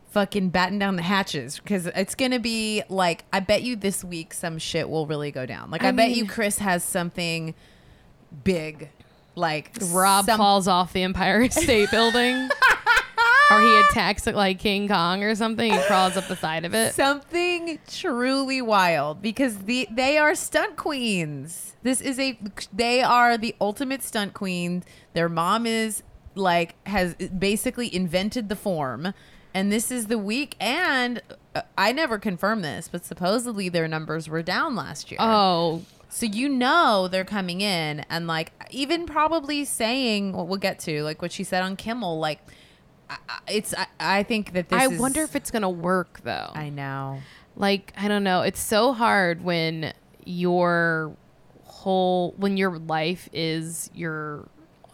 Speaker 1: fucking batten down the hatches because it's gonna be like, I bet you this week some shit will really go down. Like, I,
Speaker 2: I
Speaker 1: bet
Speaker 2: mean-
Speaker 1: you Chris has something big, like
Speaker 2: doing. Rob
Speaker 1: some-
Speaker 2: falls off the Empire State Building. or he attacks it like King Kong or something. He crawls up the side of it.
Speaker 1: something truly wild because the they are stunt queens. This is a they are the ultimate stunt queen. Their mom is like has basically invented the form, and this is the week. And uh, I never confirmed this, but supposedly their numbers were down last year.
Speaker 2: Oh,
Speaker 1: So you know they're coming in and like even probably saying what we'll get to, like what she said on Kimmel, like I, I- it's I, I think that this.
Speaker 2: I
Speaker 1: is-
Speaker 2: wonder if it's gonna work though.
Speaker 1: I know.
Speaker 2: like I don't know. It's so hard when your whole when your life is your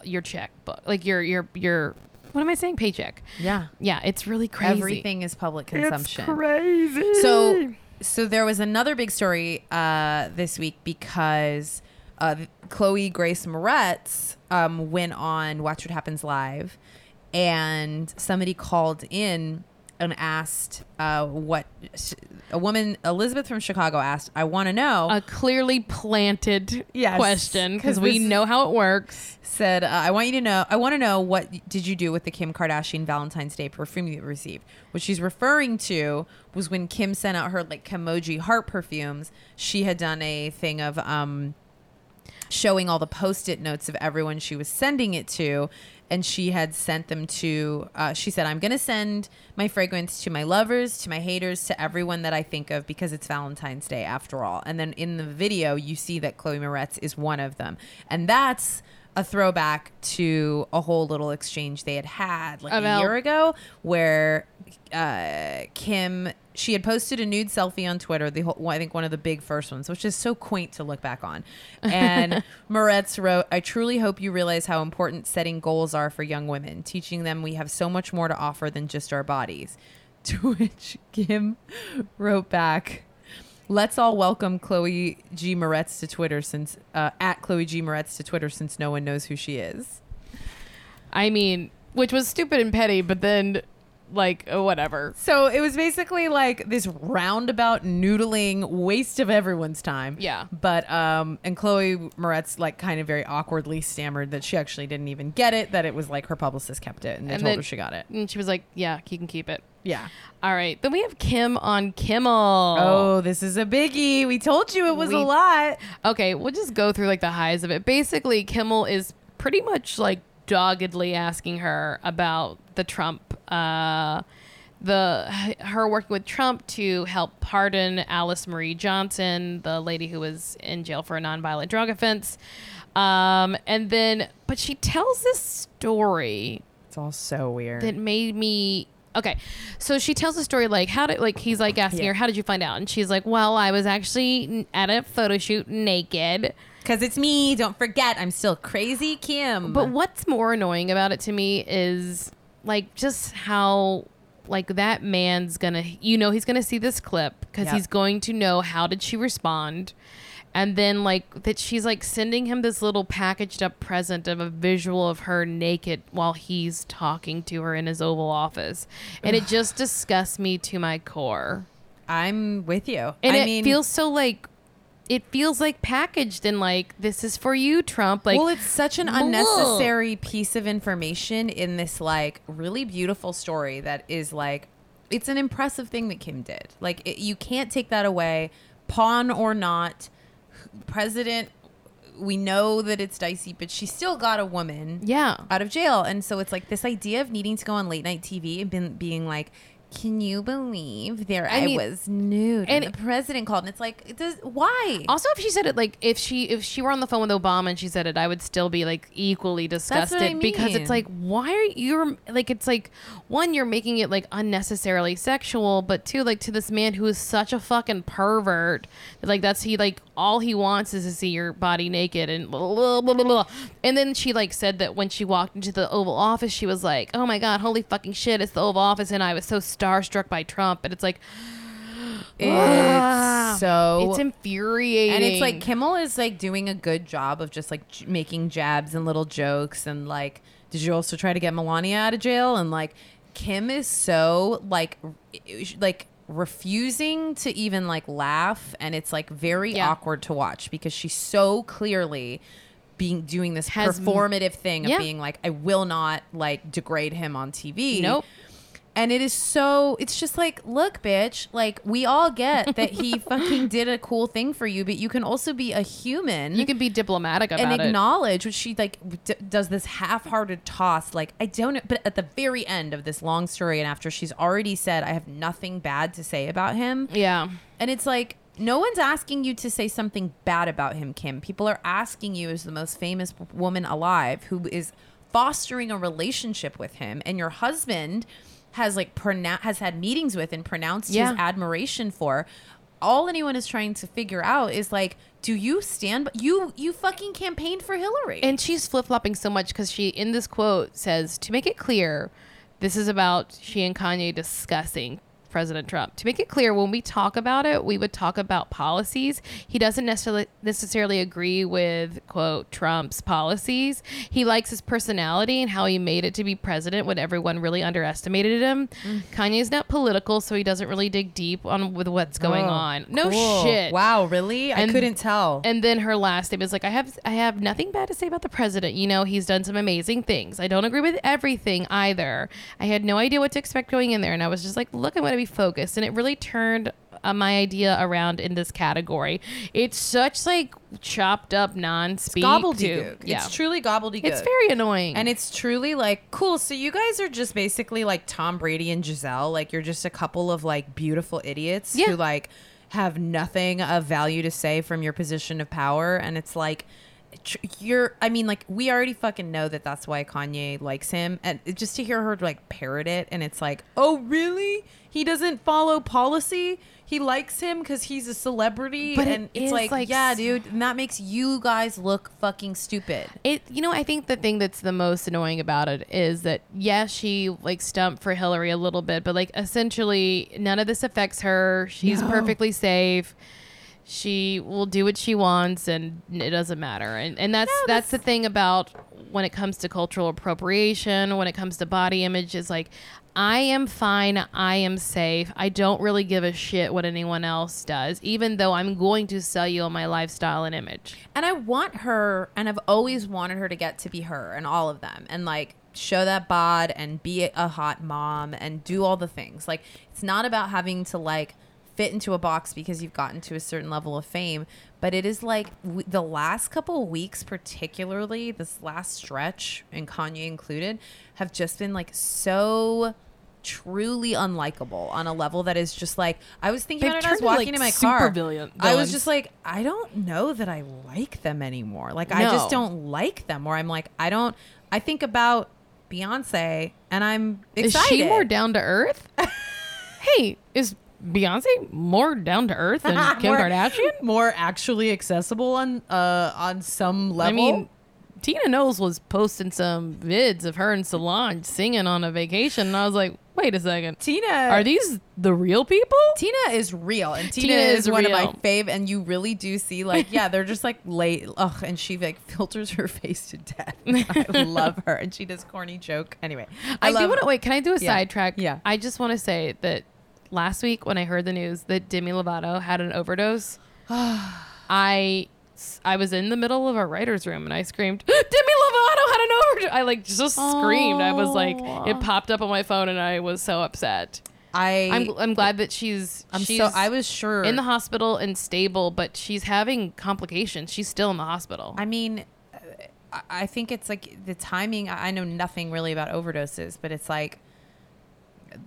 Speaker 2: your checkbook, like your your your what am I saying? Paycheck.
Speaker 1: Yeah.
Speaker 2: Yeah, it's really crazy.
Speaker 1: Everything is public consumption. crazy. So, so there was another big story uh, this week because uh, Chloe Grace Moretz um, went on Watch What Happens Live, and somebody called in and asked uh, what a woman Elizabeth from Chicago asked. I want to know.
Speaker 2: A clearly planted
Speaker 1: Yes,
Speaker 2: question
Speaker 1: 'cause
Speaker 2: because we
Speaker 1: this-
Speaker 2: know how it works.
Speaker 1: said, uh, "I want you to know. I want to know what y- did you do with the Kim Kardashian Valentine's Day perfume you received? What she's referring to was when Kim sent out her like Kimoji heart perfumes. She had done a thing of um, showing all the post-it notes of everyone she was sending it to and she had sent them to uh, she said i'm going to send my fragrance to my lovers to my haters to everyone that i think of because it's valentine's day after all and then in the video you see that chloe moretz is one of them and that's a throwback to a whole little exchange they had had like
Speaker 2: About-
Speaker 1: a year ago where uh, kim she had posted a nude selfie on twitter the whole, i think one of the big first ones which is so quaint to look back on and Moretz wrote, I truly hope you realize how important setting goals are for young women, teaching them we have so much more to offer than just our bodies. To which Kim wrote back, Let's all welcome Chloe G. Moretz to Twitter since, uh, at Chloe G. Moretz to Twitter since no one knows who she is.
Speaker 2: I mean, which was stupid and petty, but then like oh, whatever.
Speaker 1: So it was basically like this roundabout noodling waste of everyone's time.
Speaker 2: Yeah.
Speaker 1: But um and Chloe Moretz like kind of very awkwardly stammered that she actually didn't even get it, that it was like her publicist kept it and they
Speaker 2: And
Speaker 1: told
Speaker 2: then-
Speaker 1: her she got it.
Speaker 2: And she was like, "Yeah, you can keep it."
Speaker 1: Yeah.
Speaker 2: All right. Then we have Kim on Kimmel.
Speaker 1: Oh, this is a biggie. We told you it was a
Speaker 2: We-
Speaker 1: lot.
Speaker 2: Okay, we'll just go through like the highs of it. Basically, Kimmel is pretty much like doggedly asking her about the Trump, uh, the her working with Trump to help pardon Alice Marie Johnson, the lady who was in jail for a nonviolent drug offense. Um, and then, but she tells this story
Speaker 1: It's all so weird.
Speaker 2: that made me okay so she tells a story like how did like he's like asking
Speaker 1: Yeah.
Speaker 2: her how did you find out and she's like well i was actually n- at a photo shoot naked
Speaker 1: Because it's me, don't forget, I'm still crazy Kim.
Speaker 2: but what's more annoying about it to me is like just how like that man's gonna you know he's gonna see this clip because
Speaker 1: Yep.
Speaker 2: he's going to know how did she respond and then like that she's like sending him this little packaged up present of a visual of her naked while he's talking to her in his oval office and it just disgusts me to my core
Speaker 1: I'm with you.
Speaker 2: and
Speaker 1: I
Speaker 2: it
Speaker 1: mean,
Speaker 2: feels so like it feels like packaged and like this is for you trump like
Speaker 1: well, it's such an
Speaker 2: Ugh.
Speaker 1: unnecessary piece of information in this like really beautiful story that is like it's an impressive thing that Kim did. Like it, you can't take that away, pawn or not, president. We know that it's dicey, but she still got a woman
Speaker 2: yeah
Speaker 1: out of jail, and so it's like this idea of needing to go on late night TV and been being like. can you believe there
Speaker 2: I
Speaker 1: I,
Speaker 2: mean-
Speaker 1: was nude and,
Speaker 2: and-
Speaker 1: the president called and it's like it does why
Speaker 2: Also, if she said it like if she if she were on the phone with Obama and she said it, I would still be like equally disgusted
Speaker 1: I
Speaker 2: because
Speaker 1: mean.
Speaker 2: it's like why are you like it's like one you're making it like unnecessarily sexual, but two like to this man who is such a fucking pervert like that's he like all he wants is to see your body naked and blah, blah, blah, blah, blah. and then she like said that when she walked into the Oval Office she was like oh my god holy fucking shit it's the Oval Office and I was so starstruck by Trump and it's like
Speaker 1: it's so
Speaker 2: it's infuriating
Speaker 1: Oh. and it's like Kimmel is like doing a good job of just like j- making jabs and little jokes and like did you also try to get Melania out of jail and like Kim is so like r- like refusing to even like laugh and it's like very
Speaker 2: Yeah.
Speaker 1: awkward to watch because she's so clearly being doing this
Speaker 2: Has m-
Speaker 1: performative thing of
Speaker 2: Yeah.
Speaker 1: being like I will not like degrade him on TV
Speaker 2: Nope.
Speaker 1: and it is so it's just like look bitch like we all get that he fucking did a cool thing for you but you can also be a human
Speaker 2: you can be diplomatic about
Speaker 1: and
Speaker 2: it.
Speaker 1: acknowledge which she like d- does this half-hearted toss like i don't know but at the very end of this long story and after she's already said i have nothing bad to say about him
Speaker 2: Yeah.
Speaker 1: and it's like no one's asking you to say something bad about him, Kim. People are asking you as the most famous woman alive who is fostering a relationship with him and your husband has like pronou- has had meetings with and pronounced
Speaker 2: Yeah.
Speaker 1: his admiration for. All anyone is trying to figure out is like, do you stand b- you you fucking campaigned for Hillary.
Speaker 2: And she's flip flopping so much because she, in this quote, says, to make it clear, this is about she and Kanye discussing President Trump. To make it clear, when we talk about it, we would talk about policies. He doesn't necessarily necessarily agree with, quote, Trump's policies. He likes his personality and how he made it to be president when everyone really underestimated him.
Speaker 1: Mm.
Speaker 2: Kanye's not political, so he doesn't really dig deep on with what's going on. No
Speaker 1: Oh, Cool.
Speaker 2: shit.
Speaker 1: Wow, really? I
Speaker 2: And-
Speaker 1: couldn't tell.
Speaker 2: And then her last statement is like, I have I have nothing bad to say about the president. You know, he's done some amazing things. I don't agree with everything either. I had no idea what to expect going in there, and I was just like, look, I'm going to be focused. And it really turned uh, my idea around in this category. It's such like chopped up non-speak.
Speaker 1: gobbledygook.
Speaker 2: to- Yeah.
Speaker 1: It's truly gobbledygook.
Speaker 2: It's very annoying.
Speaker 1: And it's truly like cool. So you guys are just basically like Tom Brady and Giselle. Like you're just a couple of like beautiful idiots
Speaker 2: Yeah.
Speaker 1: who like have nothing of value to say from your position of power. And it's like tr- you're. I mean, like we already fucking know that that's why Kanye likes him. And it- just to hear her like parrot it, and it's like, oh really? He doesn't follow policy. He likes him because he's a celebrity,
Speaker 2: But it
Speaker 1: and it's
Speaker 2: is,
Speaker 1: like,
Speaker 2: like,
Speaker 1: yeah,
Speaker 2: s-
Speaker 1: dude, and that makes you guys look fucking stupid.
Speaker 2: it you know i think the thing that's the most annoying about it is that yes she like stumped for hillary a little bit but like essentially none of this affects her she's perfectly safe she will do what she wants and it doesn't matter and, and that's that's the thing about when it comes to cultural appropriation when it comes to body image is like i am fine i am safe i don't really give a shit what anyone else does even though i'm going to sell you on my lifestyle and image
Speaker 1: and I want her, and I've always wanted her to get to be her and all of them, and like show that bod and be a hot mom and do all the things. Like it's not about having to like fit into a box because you've gotten to a certain level of fame, but it is like w- the last couple weeks, particularly this last stretch, and Kanye included, have just been like so truly unlikable on a level that is just like I was thinking
Speaker 2: They've
Speaker 1: about it when I was
Speaker 2: turned into,
Speaker 1: walking
Speaker 2: like,
Speaker 1: in my
Speaker 2: super
Speaker 1: car.
Speaker 2: villain-
Speaker 1: I was
Speaker 2: villains.
Speaker 1: just like I don't know that I like them anymore. Like I just
Speaker 2: No.
Speaker 1: don't like them. Or I'm like I don't. I think about Beyonce and I'm excited.
Speaker 2: Is she more down to earth? hey, is Beyonce more down to earth than Kim
Speaker 1: More-
Speaker 2: Kardashian?
Speaker 1: More actually accessible on uh on some
Speaker 2: I
Speaker 1: level.
Speaker 2: mean, Tina Knowles was posting some vids of her and Solange singing on a vacation, and I was like, wait a second,
Speaker 1: Tina
Speaker 2: are these the real people?
Speaker 1: Tina is real, and Tina,
Speaker 2: Tina
Speaker 1: is,
Speaker 2: is
Speaker 1: one of
Speaker 2: real.
Speaker 1: my fave. And you really do see, like, yeah, they're just like late. Ugh, and she like filters her face to death. I love her, and she does corny joke. Anyway,
Speaker 2: I, do
Speaker 1: love-
Speaker 2: want to wait. Can I do a
Speaker 1: Yeah.
Speaker 2: sidetrack?
Speaker 1: Yeah.
Speaker 2: I just want to say that last week when I heard the news that Demi Lovato had an overdose, I I was in the middle of our writers' room and I screamed, "Demi Lovato had an overdose!" I like just screamed. I was like, it popped up on my phone and I was so upset.
Speaker 1: I
Speaker 2: I'm, I'm glad that she's
Speaker 1: I'm
Speaker 2: she's
Speaker 1: so I was sure
Speaker 2: in the hospital and stable, but she's having complications. She's still in the hospital.
Speaker 1: I mean, uh, I- I think it's like the timing. I I know nothing really about overdoses, but it's like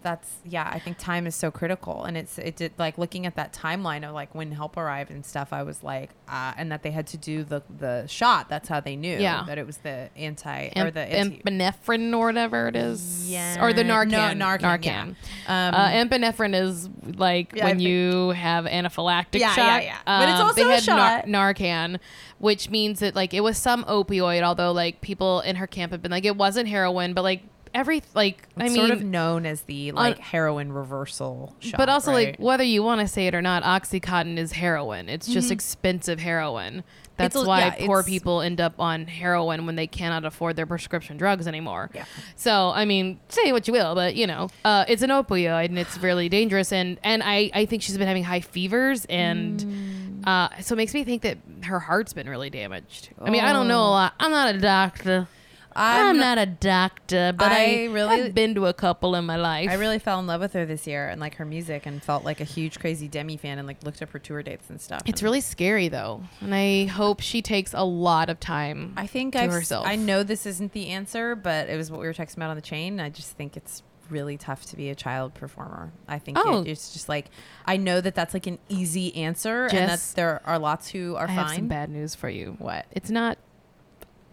Speaker 1: that's yeah. I think time is so critical, and it's it did like looking at that timeline of like when help arrived and stuff. I was like, uh, and that they had to do the the shot. That's how they knew
Speaker 2: Yeah.
Speaker 1: that it was the anti or
Speaker 2: Am-
Speaker 1: the anti-
Speaker 2: epinephrine or whatever it is, or the
Speaker 1: No,
Speaker 2: Narcan.
Speaker 1: Narcan, yeah.
Speaker 2: Narcan.
Speaker 1: Um,
Speaker 2: uh, epinephrine is like
Speaker 1: Yeah, I
Speaker 2: when
Speaker 1: think-
Speaker 2: you have anaphylactic
Speaker 1: Yeah, yeah,
Speaker 2: shock.
Speaker 1: yeah. But it's also
Speaker 2: they
Speaker 1: a
Speaker 2: had
Speaker 1: shot.
Speaker 2: Nar- Narcan, which means that like it was some opioid. Although like people in her camp had been like it wasn't heroin, but like every like I
Speaker 1: it's
Speaker 2: mean
Speaker 1: sort of known as the like
Speaker 2: on-
Speaker 1: heroin reversal shot,
Speaker 2: but also
Speaker 1: right?
Speaker 2: like whether you want to say it or not oxycontin is heroin it's just expensive heroin that's
Speaker 1: Mm-hmm. It's a-
Speaker 2: why
Speaker 1: yeah,
Speaker 2: poor
Speaker 1: it's-
Speaker 2: people end up on heroin when they cannot afford their prescription drugs anymore
Speaker 1: Yeah.
Speaker 2: so i mean say what you will but you know uh, it's an opioid and it's really dangerous and and i i think she's been having high fevers and
Speaker 1: Mm.
Speaker 2: uh, so it makes me think that her heart's been really damaged i mean i don't know a lot i'm not a doctor I'm,
Speaker 1: Oh. I'm-
Speaker 2: not a doctor, but
Speaker 1: I
Speaker 2: I,
Speaker 1: really-
Speaker 2: have been to a couple in my life.
Speaker 1: I really fell in love with her this year and like her music and felt like a huge crazy Demi fan and like looked up her tour dates and stuff.
Speaker 2: It's really scary though, and I hope she takes a lot of time.
Speaker 1: I think
Speaker 2: to
Speaker 1: I've,
Speaker 2: herself.
Speaker 1: I know this isn't the answer, but it was what we were texting about on the chain. I just think it's really tough to be a child performer. I think it-
Speaker 2: Oh.
Speaker 1: it's just like I know that that's like an easy answer,
Speaker 2: Jess,
Speaker 1: and that's there are lots who are
Speaker 2: I have some
Speaker 1: fine.
Speaker 2: bad news for you.
Speaker 1: What?
Speaker 2: It's not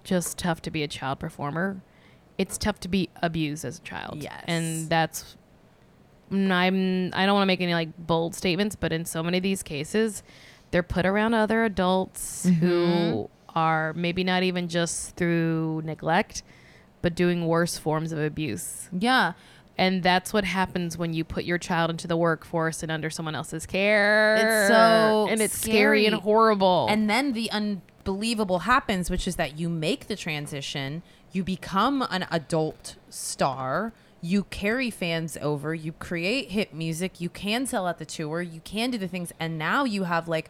Speaker 2: just tough to be a child performer; it's tough to be abused as a child.
Speaker 1: Yes.
Speaker 2: and that's. n- I'm. I don't want to make any like bold statements, but in so many of these cases, they're put around other adults who
Speaker 1: Mm-hmm.
Speaker 2: are maybe not even just through neglect, but doing worse forms of abuse.
Speaker 1: Yeah,
Speaker 2: And that's what happens when you put your child into the workforce and under someone else's care.
Speaker 1: It's so
Speaker 2: and it's scary, and
Speaker 1: scary.
Speaker 2: horrible.
Speaker 1: and then the unbelievable happens, which is that you make the transition, you become an adult star. You carry fans over, you create hit music, you can sell at the tour, you can do the things, and now you have like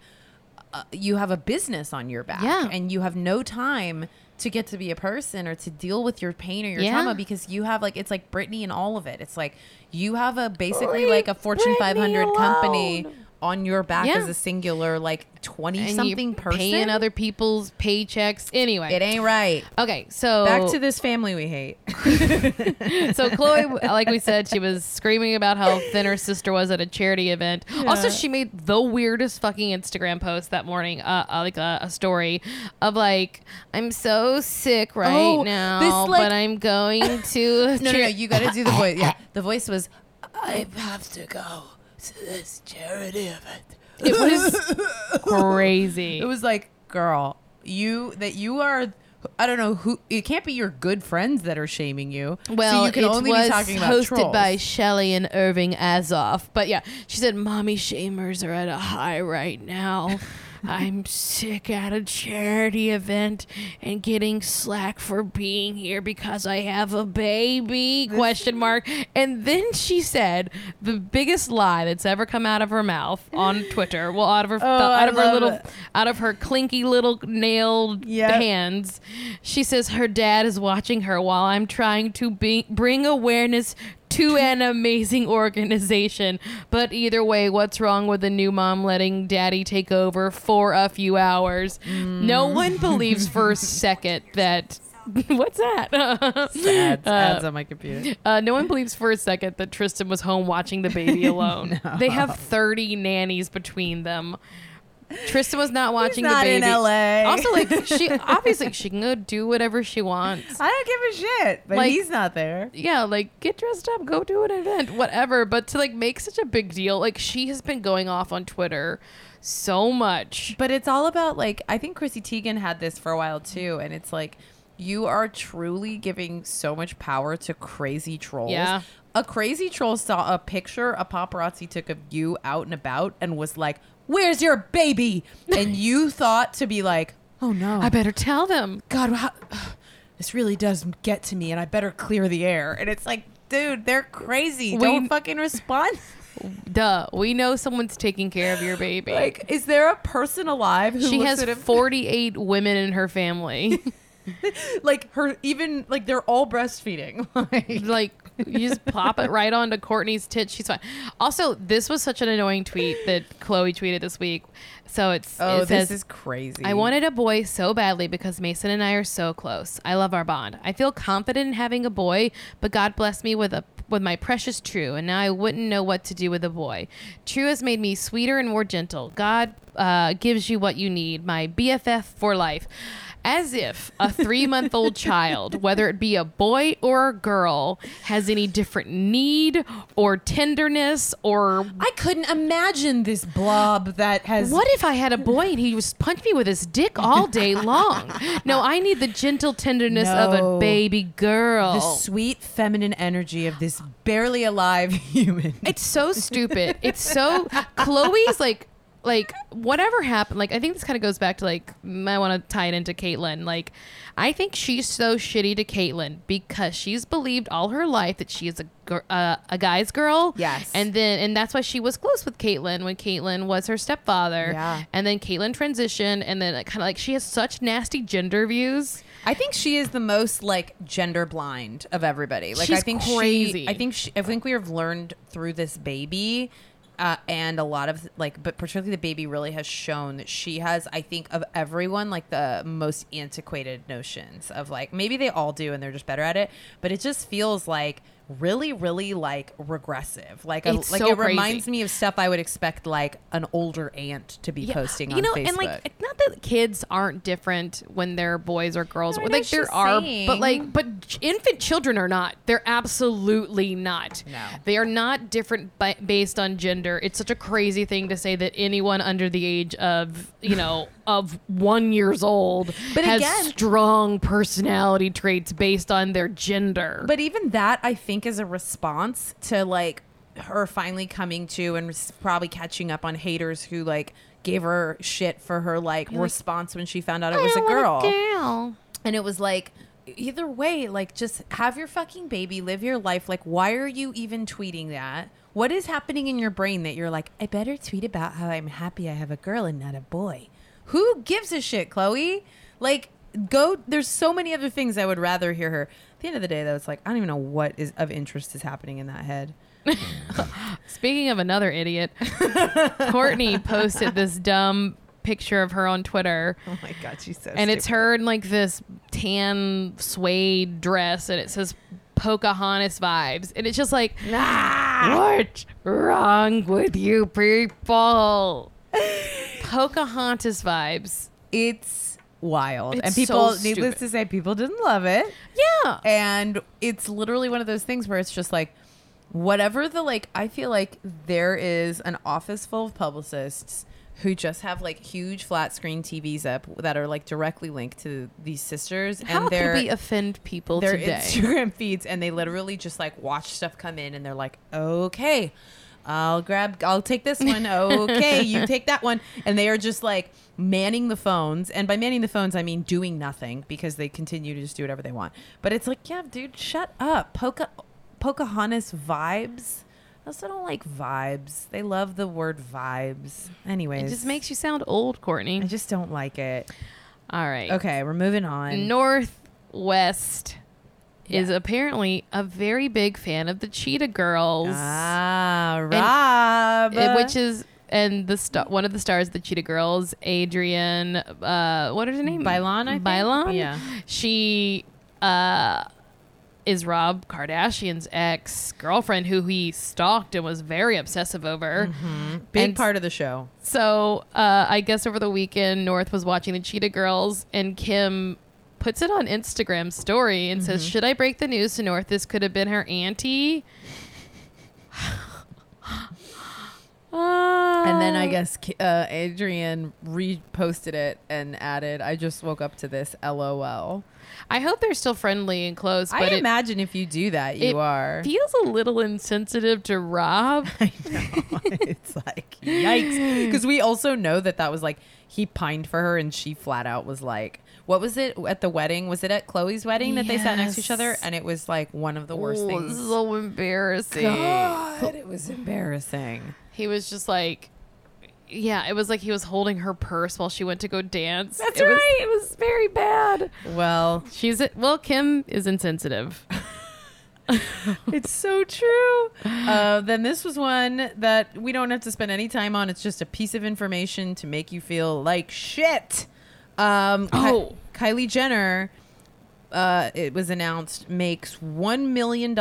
Speaker 1: uh, you have a business on your back
Speaker 2: Yeah.
Speaker 1: and you have no time to get to be a person or to deal with your pain or your
Speaker 2: Yeah.
Speaker 1: trauma because you have like it's like Britney and all of it. It's like you have a basically like a Fortune 500 company on your back
Speaker 2: Yeah.
Speaker 1: as a singular like 20
Speaker 2: And you're
Speaker 1: something person.
Speaker 2: paying other people's paychecks. Anyway.
Speaker 1: it ain't right.
Speaker 2: okay, so
Speaker 1: Back to this family we hate.
Speaker 2: so Chloe, like we said, she was screaming about how thin her sister was at a charity event. Also, she made the weirdest fucking Instagram post that morning, uh, uh, like a, a story of like, "I'm so sick right
Speaker 1: Oh,
Speaker 2: now,
Speaker 1: this, like-
Speaker 2: but I'm going to." a
Speaker 1: No, no, no,
Speaker 2: chari-
Speaker 1: you got to do the voice. Yeah, the voice was
Speaker 5: I have to go to this charity event.
Speaker 2: It was crazy.
Speaker 1: It was like, girl, you that you are. I don't know who. It can't be your good friends that are shaming you.
Speaker 2: Well,
Speaker 1: so you can
Speaker 2: it
Speaker 1: only
Speaker 2: was
Speaker 1: be talking about
Speaker 2: hosted
Speaker 1: trolls.
Speaker 2: by Shelley and Irving Azoff. But yeah, she said, "Mommy shamers are at a high right now. I'm sick at a charity event and getting slack for being here because I have a baby?" question mark. And then she said the biggest lie that's ever come out of her mouth on Twitter. Well, out of her
Speaker 1: Oh, I
Speaker 2: out of her
Speaker 1: love
Speaker 2: little
Speaker 1: it.
Speaker 2: out of her clinky little nailed
Speaker 1: Yep.
Speaker 2: hands. She says her dad is watching her while I'm trying to be- bring awareness to an amazing organization. But either way, what's wrong with a new mom letting daddy take over for a few hours? No one believes for a second that. What's that?
Speaker 1: ads, ads on my computer.
Speaker 2: Uh, no one believes for a second that Tristan was home watching the baby alone. They have 30 nannies between them. Tristan was not watching
Speaker 1: not
Speaker 2: the
Speaker 1: in
Speaker 2: baby.
Speaker 1: LA.
Speaker 2: Also, like she obviously she can go do whatever she wants.
Speaker 1: I don't give a shit, but
Speaker 2: Like-
Speaker 1: he's not there.
Speaker 2: Yeah, like get dressed up, go do an event, whatever. But to like make such a big deal, like she has been going off on Twitter so much.
Speaker 1: But it's all about like I think Chrissy Teigen had this for a while too, and it's like you are truly giving so much power to crazy trolls.
Speaker 2: Yeah.
Speaker 1: A crazy troll saw a picture a paparazzi took of you out and about and was like, "Where's your baby?" and you thought to be like, "Oh no,
Speaker 2: I better tell them.
Speaker 1: God, how, this really does get to me, and I better clear the air." And it's like, dude, they're crazy. Don't fucking respond.
Speaker 2: Duh, we know someone's taking care of your baby.
Speaker 1: like, is there a person alive who
Speaker 2: she
Speaker 1: looks
Speaker 2: has
Speaker 1: at him-
Speaker 2: 48 women in her family.
Speaker 1: like her even like they're all breastfeeding like
Speaker 2: like you just pop it right onto Courtney's tit. She's fine. Also, this was such an annoying tweet that Chloe tweeted this week. So it's
Speaker 1: oh
Speaker 2: it
Speaker 1: this
Speaker 2: says,
Speaker 1: is crazy
Speaker 2: I wanted a boy so badly because Mason and I are so close. I love our bond. I feel confident in having a boy, but God bless me with a with my precious True, and now I wouldn't know what to do with a boy. True has made me sweeter and more gentle. God uh, gives you what you need, my BFF for life. As if a three month old child, whether it be a boy or a girl, has any different need or tenderness or
Speaker 6: I couldn't imagine this blob that has.
Speaker 2: what if I had a boy and he was punch me with his dick all day long? No, I need the gentle tenderness of
Speaker 6: No.
Speaker 2: a baby girl.
Speaker 6: The sweet feminine energy of this barely alive human.
Speaker 2: it's so stupid. It's so Chloe's like like whatever happened. Like I think this kind of goes back to like mm, I want to tie it into Caitlyn. Like I think she's so shitty to Caitlyn because she's believed all her life that she is a gir- uh, a guy's girl.
Speaker 6: Yes.
Speaker 2: and then and that's why she was close with Caitlyn when Caitlyn was her stepfather.
Speaker 6: Yeah.
Speaker 2: and then Caitlyn transitioned, and then kind of like she has such nasty gender views.
Speaker 6: I think she is the most like gender blind of everybody. Like I
Speaker 2: She's
Speaker 6: think
Speaker 2: crazy.
Speaker 6: She, I think she, I think we have learned through this baby, uh, and a lot of like, but particularly the baby really has shown that she has. I think of everyone like the most antiquated notions of like maybe they all do and they're just better at it, but it just feels like really really like regressive like a, like
Speaker 2: It's so
Speaker 6: it reminds
Speaker 2: crazy.
Speaker 6: me of stuff i would expect like an older aunt to be posting
Speaker 2: you
Speaker 6: on
Speaker 2: know,
Speaker 6: facebook
Speaker 2: and like it's not that kids aren't different when they're boys or girls,
Speaker 6: No, I
Speaker 2: or
Speaker 6: know
Speaker 2: like there
Speaker 6: she's
Speaker 2: are, but
Speaker 6: saying-
Speaker 2: like but ch- infant children are not. They're absolutely not.
Speaker 6: No.
Speaker 2: they are not different bi- based on gender. It's such a crazy thing to say that anyone under the age of you know of one years old
Speaker 6: But
Speaker 2: has
Speaker 6: again-
Speaker 2: strong personality traits based on their gender.
Speaker 6: But even that, I think, is a response to like her finally coming to and res- probably catching up on haters who like gave her shit for her like response when she found out it was a girl.
Speaker 2: girl.
Speaker 6: And it was like, either way, like just have your fucking baby, live your life. Like, why are you even tweeting that? What is happening in your brain that you're like, I better tweet about how I'm happy I have a girl and not a boy? Who gives a shit, Chloe? Like, go. There's so many other things I would rather hear her. At the end of the day, though, it's like, I don't even know what is of interest is happening in that head.
Speaker 2: Speaking of another idiot, Courtney posted this dumb picture of her on Twitter.
Speaker 6: Oh my God, she's so
Speaker 2: and it's her in like this tan suede dress and it says Pocahontas vibes. And it's just like, what's wrong with you people? Pocahontas vibes.
Speaker 6: It's wild.
Speaker 2: It's
Speaker 6: and
Speaker 2: so
Speaker 6: people,
Speaker 2: stupid.
Speaker 6: needless to say, people didn't love it.
Speaker 2: Yeah.
Speaker 6: and it's literally one of those things where it's just like whatever the like i feel like there is an office full of publicists who just have like huge flat screen tvs up that are like directly linked to these sisters
Speaker 2: How
Speaker 6: and
Speaker 2: could
Speaker 6: they're
Speaker 2: we offend people
Speaker 6: their
Speaker 2: today?
Speaker 6: Instagram feeds and they literally just like watch stuff come in and they're like, okay, I'll grab, I'll take this one. Okay, you take that one. And they are just like manning the phones. And by manning the phones, I mean doing nothing because they continue to just do whatever they want. But it's like, yeah, dude, shut up. Poca- Pocahontas vibes. I also don't like vibes. They love the word vibes. Anyways,
Speaker 2: It just makes you sound old, Courtney.
Speaker 6: I just don't like it.
Speaker 2: All right.
Speaker 6: Okay, we're moving on.
Speaker 2: Northwest is apparently a very big fan of the Cheetah Girls.
Speaker 6: Ah, Rob.
Speaker 2: Uh, which is and the star, one of the stars of the Cheetah Girls, Adrian. Uh, what is her name?
Speaker 6: Bailon, I think?
Speaker 2: Bailon.
Speaker 6: Yeah.
Speaker 2: She uh, is Rob Kardashian's ex girlfriend, who he stalked and was very obsessive over.
Speaker 6: Mm-hmm. big
Speaker 2: and-
Speaker 6: part of the show.
Speaker 2: So uh, I guess over the weekend, North was watching the Cheetah Girls, and Kim puts it on Instagram story and
Speaker 6: Mm-hmm.
Speaker 2: says, "Should I break the news to North? This could have been her auntie."
Speaker 6: And then I guess Ki- uh, Adrian reposted it and added, "I just woke up to this." LOL.
Speaker 2: I hope they're still friendly and close. But
Speaker 6: I
Speaker 2: it,
Speaker 6: imagine if you do that,
Speaker 2: it
Speaker 6: you are.
Speaker 2: feels a little insensitive to Rob.
Speaker 6: I know. it's like yikes, because we also know that that was like he pined for her, and she flat out was like, "What was it at the wedding? Was it at Chloe's wedding that they sat next to each other?"
Speaker 2: Yes.
Speaker 6: And it was like one of the worst
Speaker 2: Oh,
Speaker 6: things.
Speaker 2: so embarrassing.
Speaker 6: God, it was embarrassing.
Speaker 2: He was just like, yeah, it was like he was holding her purse while she went to go dance. That's
Speaker 6: right.
Speaker 2: it was very bad.
Speaker 6: Well,
Speaker 2: She's well, Kim is insensitive.
Speaker 6: It's so true. Uh, then this was one that we don't have to spend any time on. It's just a piece of information to make you feel like shit. Um, Ki-
Speaker 2: Oh.
Speaker 6: Kylie Jenner, uh, it was announced, makes $1 million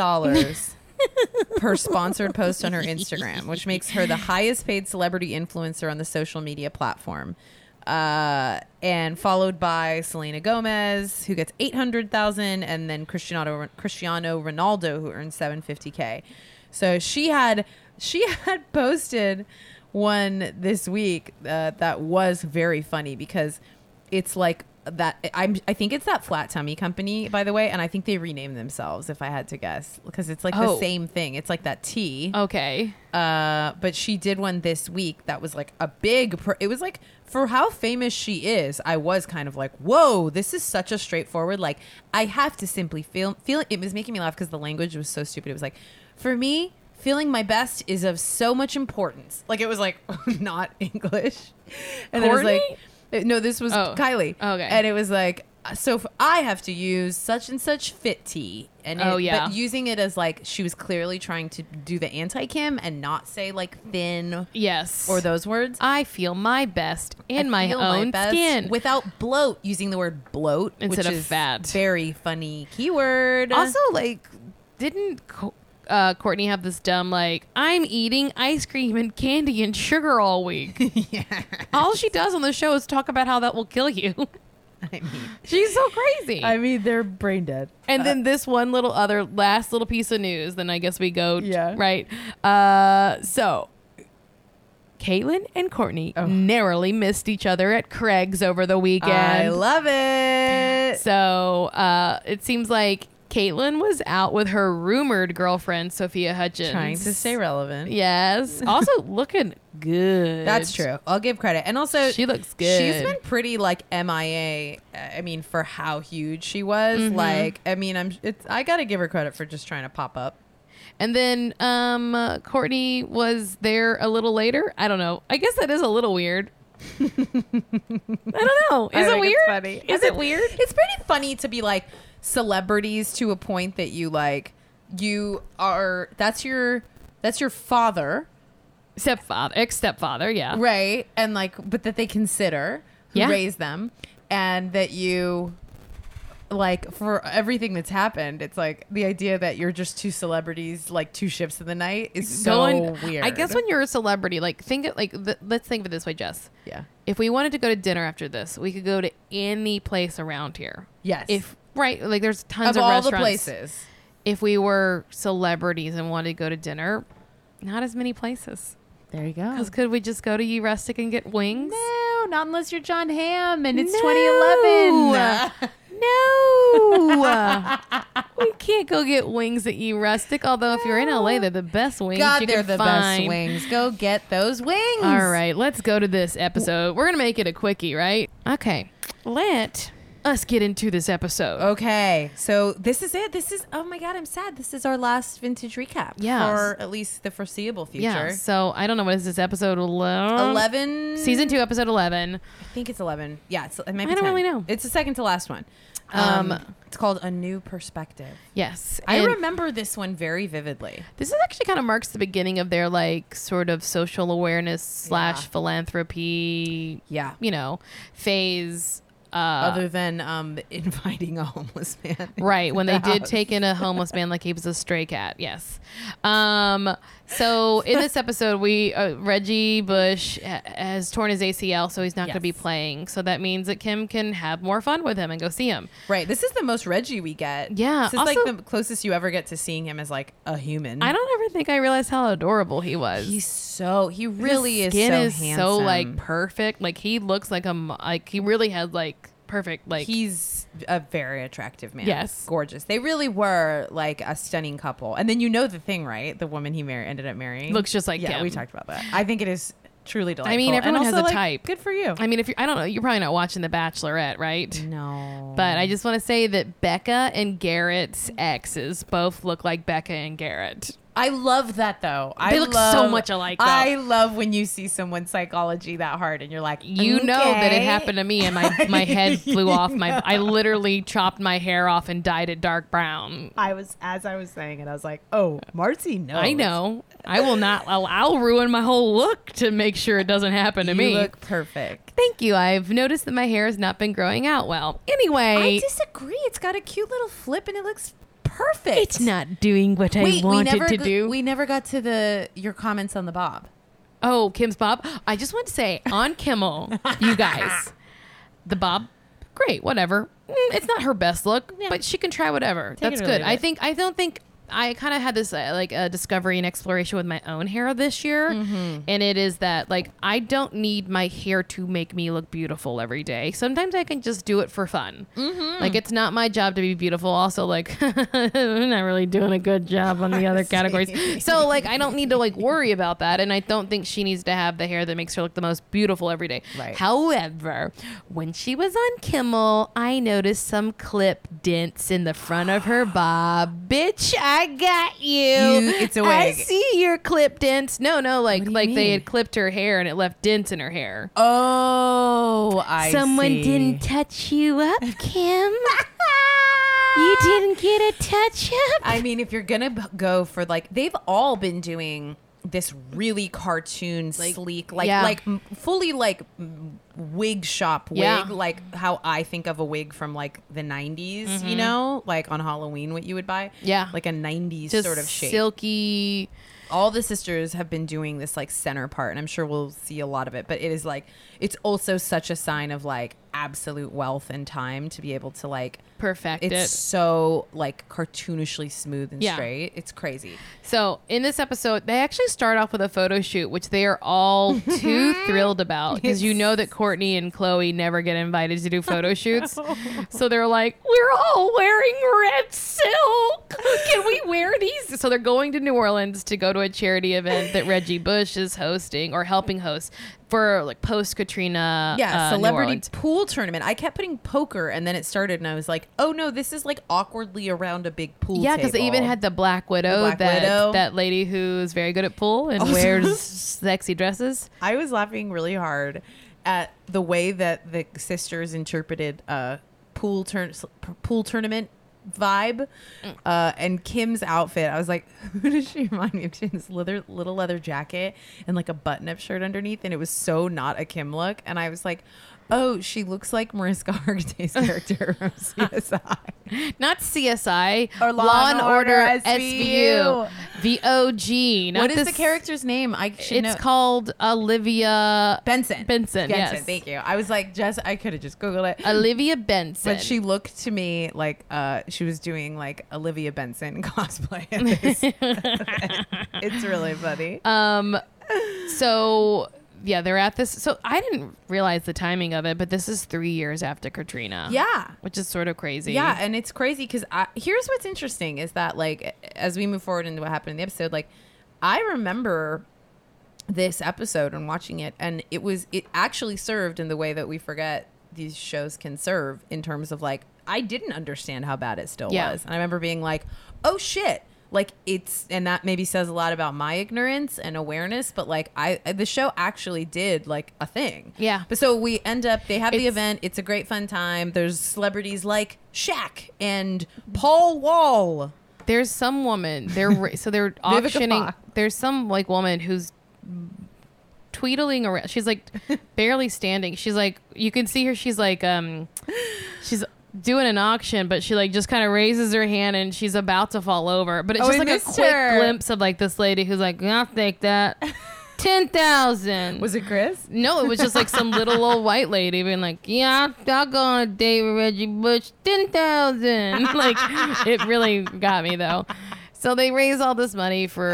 Speaker 6: per sponsored post on her Instagram, which makes her the highest paid celebrity influencer on the social media platform. Uh, and followed by Selena Gomez, who gets 800,000, and then Cristiano, Cristiano Ronaldo, who earned 750K. So she had she had posted one this week uh, that was very funny because it's like that I'm I think it's that flat tummy company by the way and I think they renamed themselves if I had to guess because it's like the
Speaker 2: Oh.
Speaker 6: same thing it's like that T
Speaker 2: Okay.
Speaker 6: uh but she did one this week that was like a big pr- it was like for how famous she is I was kind of like whoa this is such a straightforward like I have to simply feel feel it was making me laugh because the language was so stupid it was like for me feeling my best is of so much importance like it was like not English and then it was like uh, no this was
Speaker 2: Oh.
Speaker 6: Kylie
Speaker 2: Okay.
Speaker 6: and it was like so if I have to use such and such fit tea and
Speaker 2: Oh,
Speaker 6: it-
Speaker 2: yeah.
Speaker 6: but using it as like she was clearly trying to do the anti Kim and not say like thin
Speaker 2: Yes.
Speaker 6: or those words.
Speaker 2: I feel my best in
Speaker 6: I
Speaker 2: my
Speaker 6: feel
Speaker 2: own
Speaker 6: best
Speaker 2: skin.
Speaker 6: without bloat using the word bloat
Speaker 2: Instead
Speaker 6: which
Speaker 2: of
Speaker 6: is
Speaker 2: fat.
Speaker 6: Very funny keyword.
Speaker 2: also, like, didn't Co- uh, Courtney have this dumb like I'm eating ice cream and candy and sugar all week? All she does on the show is talk about how that will kill you.
Speaker 6: I mean,
Speaker 2: She's so crazy.
Speaker 6: mean they're brain dead. Uh,
Speaker 2: And then this one little other last little piece of news, then I guess we go t-
Speaker 6: Yeah.
Speaker 2: right. Uh, so Caitlin and Courtney
Speaker 6: Oh.
Speaker 2: narrowly missed each other at Craig's over the weekend.
Speaker 6: I love it.
Speaker 2: so uh, it seems like Caitlin was out with her rumored girlfriend Sophia Hutchins,
Speaker 6: Trying to stay relevant.
Speaker 2: Yes. Also looking good.
Speaker 6: That's true. I'll give credit. And also,
Speaker 2: She looks
Speaker 6: She's
Speaker 2: good.
Speaker 6: been pretty like MIA. uh, I mean, for how huge she was. Like, I mean, I'm. It's, I gotta give her credit for just trying to pop up.
Speaker 2: And then um, uh, Courtney was there a little later. I don't know. I guess that is a little weird. I don't know. Is it
Speaker 6: think it's
Speaker 2: weird?
Speaker 6: funny. I
Speaker 2: Is it weird?
Speaker 6: It's pretty funny to be like celebrities to a point that you like. You are. That's your. That's your father,
Speaker 2: Stepfather, ex stepfather, yeah.
Speaker 6: right? And like, but that they consider who
Speaker 2: Yeah.
Speaker 6: raised them, and that you. Like for everything that's happened, it's like the idea that you're just two celebrities, like two ships in the night, is so
Speaker 2: Going-
Speaker 6: weird.
Speaker 2: I guess when you're a celebrity, like think it like th- let's think of it this way, Jess.
Speaker 6: yeah,
Speaker 2: If we wanted to go to dinner after this, we could go to any place around here.
Speaker 6: Yes.
Speaker 2: If right, like there's tons
Speaker 6: of
Speaker 2: of,
Speaker 6: all the
Speaker 2: restaurants.
Speaker 6: places,
Speaker 2: If we were celebrities and wanted to go to dinner, not as many places.
Speaker 6: there you go.
Speaker 2: Because could we just go to Ye Rustic and get wings?
Speaker 6: No, not unless you're John Hamm and it's
Speaker 2: No.
Speaker 6: 2011.
Speaker 2: No, we can't go get wings at E Rustic. Although if you're in LA, they're the best wings.
Speaker 6: God,
Speaker 2: you
Speaker 6: they're
Speaker 2: can
Speaker 6: the
Speaker 2: find.
Speaker 6: best wings. Go get those wings.
Speaker 2: All right, let's go to this episode. We're gonna make it a quickie, right? Okay, let us get into this episode.
Speaker 6: Okay. So this is it. This is, oh my God, I'm sad. This is our last vintage recap.
Speaker 2: Yes.
Speaker 6: For at least the foreseeable future.
Speaker 2: yeah. So I don't know what is this episode eleven?
Speaker 6: 11.
Speaker 2: season two, episode eleven.
Speaker 6: I think it's 11. Yeah. It's, it might be
Speaker 2: I don't
Speaker 6: 10.
Speaker 2: really know.
Speaker 6: It's the second to last one. Um,
Speaker 2: Um,
Speaker 6: it's called A New Perspective.
Speaker 2: Yes,
Speaker 6: I
Speaker 2: and
Speaker 6: remember this one very vividly.
Speaker 2: This is actually kind of marks the beginning of their like sort of social awareness slash
Speaker 6: Yeah.
Speaker 2: philanthropy,
Speaker 6: Yeah.
Speaker 2: you know, phase. Uh,
Speaker 6: Other than um, inviting a homeless man.
Speaker 2: Right, when they
Speaker 6: into the
Speaker 2: did
Speaker 6: house.
Speaker 2: take in a homeless man like he was a stray cat. Yes. Um, so in this episode, we uh, Reggie Bush ha- has torn his ACL, so he's not going to be
Speaker 6: Yes.
Speaker 2: playing. So that means that Kim can have more fun with him and go see him.
Speaker 6: Right. This is the most Reggie we get.
Speaker 2: Yeah,
Speaker 6: This is
Speaker 2: also-
Speaker 6: like the closest you ever get to seeing him as like a human.
Speaker 2: I don't ever think I realized how adorable he was.
Speaker 6: He's so. He really
Speaker 2: his
Speaker 6: is
Speaker 2: skin
Speaker 6: so
Speaker 2: is
Speaker 6: handsome.
Speaker 2: so like perfect. Like he looks like a mo- like he really has like perfect like
Speaker 6: He's a very attractive man.
Speaker 2: Yes.
Speaker 6: Gorgeous. They really were like a stunning couple. And then you know the thing, right? The woman he married ended up marrying
Speaker 2: Looks just like
Speaker 6: Yeah,
Speaker 2: Kim.
Speaker 6: we talked about that. I think it is truly delightful.
Speaker 2: I mean,
Speaker 6: And
Speaker 2: everyone has
Speaker 6: also,
Speaker 2: a
Speaker 6: like,
Speaker 2: type.
Speaker 6: Good for you.
Speaker 2: I mean, if you I don't know, you're probably not watching The Bachelorette, right?
Speaker 6: no.
Speaker 2: But I just want to say that Becca and Garrett's exes both look like Becca and Garrett.
Speaker 6: I love that though. I
Speaker 2: They look so
Speaker 6: love-
Speaker 2: much alike, though.
Speaker 6: I love when you see someone's psychology that hard and you're like,
Speaker 2: You know that it
Speaker 6: "Okay."
Speaker 2: happened to me, and my, my head flew off. My I literally chopped my hair off and dyed it dark brown.
Speaker 6: I was as I was saying it, I was like, "Oh, Marcy knows."
Speaker 2: I know. I will not. I'll, I'll ruin my whole look to make sure it doesn't happen to
Speaker 6: You
Speaker 2: me.
Speaker 6: look perfect.
Speaker 2: Thank you. I've noticed that my hair has not been growing out well. Anyway,
Speaker 6: disagree. It's got a cute little flip, and it looks perfect.
Speaker 2: It's not doing what I want
Speaker 6: never
Speaker 2: it to
Speaker 6: go-
Speaker 2: do.
Speaker 6: We never got to the your comments on the Bob.
Speaker 2: Oh, Kim's Bob. I just want to say on Kimmel, you guys, the Bob, great, whatever. Mm, It's not her best look, but she can try
Speaker 7: Take
Speaker 2: whatever.
Speaker 7: it
Speaker 2: That's
Speaker 7: or
Speaker 2: good.
Speaker 7: leave
Speaker 2: I
Speaker 7: it.
Speaker 2: think I don't think I kind of had this uh, like uh, discovery and exploration with my own hair this year,
Speaker 7: Mm-hmm.
Speaker 2: and it is that like I don't need my hair to make me look beautiful every day. Sometimes I can just do it for fun.
Speaker 7: Mm-hmm.
Speaker 2: Like it's not my job to be beautiful. Also, like I'm not really doing a good job on the other categories. So like I don't need to like worry about that, and I don't think she needs to have the hair that makes her look the most beautiful every day.
Speaker 6: Right.
Speaker 2: However, when she was on Kimmel, I noticed some clip dents in the front of her bob. Bitch, I got you.
Speaker 6: You- it's a
Speaker 2: I
Speaker 6: wig.
Speaker 2: see your clip dents. No, no, like
Speaker 6: do you
Speaker 2: like they
Speaker 6: mean?
Speaker 2: had clipped her hair and it left dents in her hair.
Speaker 6: Oh, I
Speaker 2: Someone
Speaker 6: see.
Speaker 2: didn't touch you up, Kim. you didn't get a touch up.
Speaker 6: I mean, if you're gonna b- go for like, they've all been doing this really cartoon sleek, like
Speaker 2: yeah.
Speaker 6: like m- fully like m- wig shop wig,
Speaker 2: Yeah.
Speaker 6: like how I think of a wig from like the '90s. You know, like on Halloween, what you would buy.
Speaker 2: Mm-hmm. Yeah.
Speaker 6: like a '90s
Speaker 2: Just
Speaker 6: sort of shape.
Speaker 2: silky.
Speaker 6: all the sisters have been doing this like center part and i'm sure we'll see a lot of it but it is like it's also such a sign of like absolute wealth and time to be able to like
Speaker 2: Perfect
Speaker 6: it's
Speaker 2: it.
Speaker 6: so like cartoonishly smooth and
Speaker 2: Yeah.
Speaker 6: straight it's crazy
Speaker 2: So in this episode, they actually start off with a photo shoot, which they are all too thrilled about because you know that Courtney and Chloe never get invited to do photo shoots. So they're like, "We're all wearing red silk. Can we wear these?" So they're going to New Orleans to go to a charity event that Reggie Bush is hosting or helping host for like post Katrina.
Speaker 6: yeah
Speaker 2: uh, New
Speaker 6: celebrity
Speaker 2: Orleans.
Speaker 6: pool tournament i kept putting poker and then it started and i was like oh no this is like awkwardly around a big pool
Speaker 2: Yeah, because they even
Speaker 6: table.
Speaker 2: had the Black Widow,
Speaker 6: Black
Speaker 2: that
Speaker 6: Widow. Oh,
Speaker 2: that lady who is very good at pool and
Speaker 6: Also-
Speaker 2: wears sexy dresses.
Speaker 6: I was laughing really hard at the way that the sisters interpreted uh, pool turn pool tournament vibe uh, and Kim's outfit. I was like, who does she remind me of? She had this little little leather jacket and like a button up shirt underneath, and it was so not a Kim look. And I was like. Oh, she looks like Mariska Hargitay's character from CSI.
Speaker 2: not CSI
Speaker 6: Or Law and Order SVU.
Speaker 2: the OG. Not
Speaker 6: what is
Speaker 2: this,
Speaker 6: the character's name? I should
Speaker 2: It's
Speaker 6: know.
Speaker 2: called Olivia
Speaker 6: Benson.
Speaker 2: Benson, yes. Uh,
Speaker 6: Thank you. I was like, Jess, I could have just googled it.
Speaker 2: Olivia Benson.
Speaker 6: But she looked to me like uh, she was doing like Olivia Benson cosplay. at this event. it's really funny.
Speaker 2: um, so yeah, they're at this. So I didn't realize the timing of it, but this is three years after Katrina.
Speaker 6: yeah.
Speaker 2: which is sort of crazy.
Speaker 6: Yeah, and it's crazy because here's what's interesting is that like as we move forward into what happened in the episode, like I remember this episode and watching it, and it was it actually served in the way that we forget these shows can serve in terms of like I didn't understand how bad it still
Speaker 2: Yeah.
Speaker 6: was, and I remember being like, oh shit. Like it's and that maybe says a lot about my ignorance and awareness, but like I the show actually did like a thing.
Speaker 2: Yeah.
Speaker 6: But so we end up they have the
Speaker 2: It's-
Speaker 6: event event. It's a great fun time. There's celebrities like Shaq and Paul Wall.
Speaker 2: there's some woman. They're ra- so they're
Speaker 6: Vivica
Speaker 2: auctioning.
Speaker 6: Fox.
Speaker 2: There's some like woman who's tweedling around. She's like barely standing. She's like you can see her. She's like um, she's doing an auction, but she like just kind of raises her hand and she's about to fall over. But it's
Speaker 6: Oh,
Speaker 2: just
Speaker 6: I
Speaker 2: like a
Speaker 6: missed
Speaker 2: quick
Speaker 6: her.
Speaker 2: glimpse of like this lady who's like, I'll take that. Ten thousand.
Speaker 6: Was it Chris?
Speaker 2: No, it was just like some little old white lady being like, "Yeah, I'll, I'll go on a date with Reggie Bush, ten thousand. Like, it really got me though. So they raise all this money for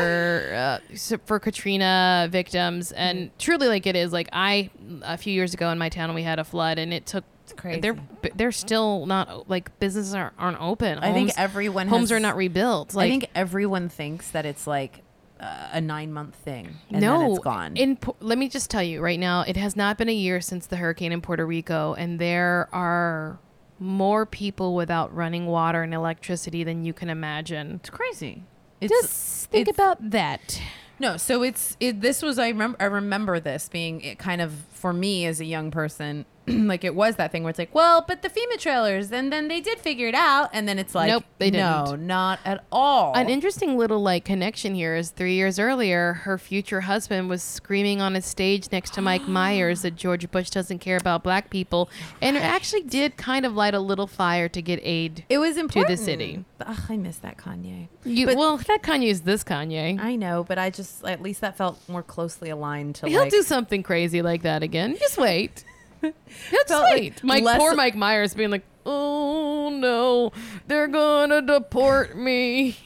Speaker 2: uh, s- for Katrina victims, and truly, like it is like I a few years ago in my town we had a flood, and it took.
Speaker 6: crazy.
Speaker 2: They're they're still not like businesses aren't, aren't open.
Speaker 6: I think
Speaker 2: Homes-
Speaker 6: everyone
Speaker 2: homes
Speaker 6: has-
Speaker 2: are not rebuilt. Like
Speaker 6: I think everyone thinks that it's like uh, a nine month thing. And
Speaker 2: no,
Speaker 6: then it's gone.
Speaker 2: In Po- let me just tell you right now, it has not been a year since the hurricane in Puerto Rico, and there are more people without running water and electricity than you can imagine.
Speaker 6: it's crazy. It's,
Speaker 2: Just think
Speaker 6: it's-
Speaker 2: about that.
Speaker 6: No, so it's it, this was I remember I remember this being it kind of for me as a young person like it was that thing where it's like, well, but the FEMA trailers, and then they did figure it out, and then it's like,
Speaker 2: Nope, they
Speaker 6: no, not at all.
Speaker 2: An interesting little like connection here is three years earlier, her future husband was screaming on a stage next to Mike Myers that George Bush doesn't care about black people, and it actually did kind of light a little fire to get aid.
Speaker 6: Oh it was important
Speaker 2: city.
Speaker 6: Ugh, I miss that Kanye.
Speaker 2: You,
Speaker 6: but-
Speaker 2: well, that Kanye's this Kanye.
Speaker 6: I know, but I just at least that felt more closely aligned to
Speaker 2: He'll
Speaker 6: like
Speaker 2: do something crazy like that again. Just wait. He'll just
Speaker 6: Felt like
Speaker 2: wait. Mike,
Speaker 6: less-
Speaker 2: poor Mike Myers being like, oh no, they're gonna deport me.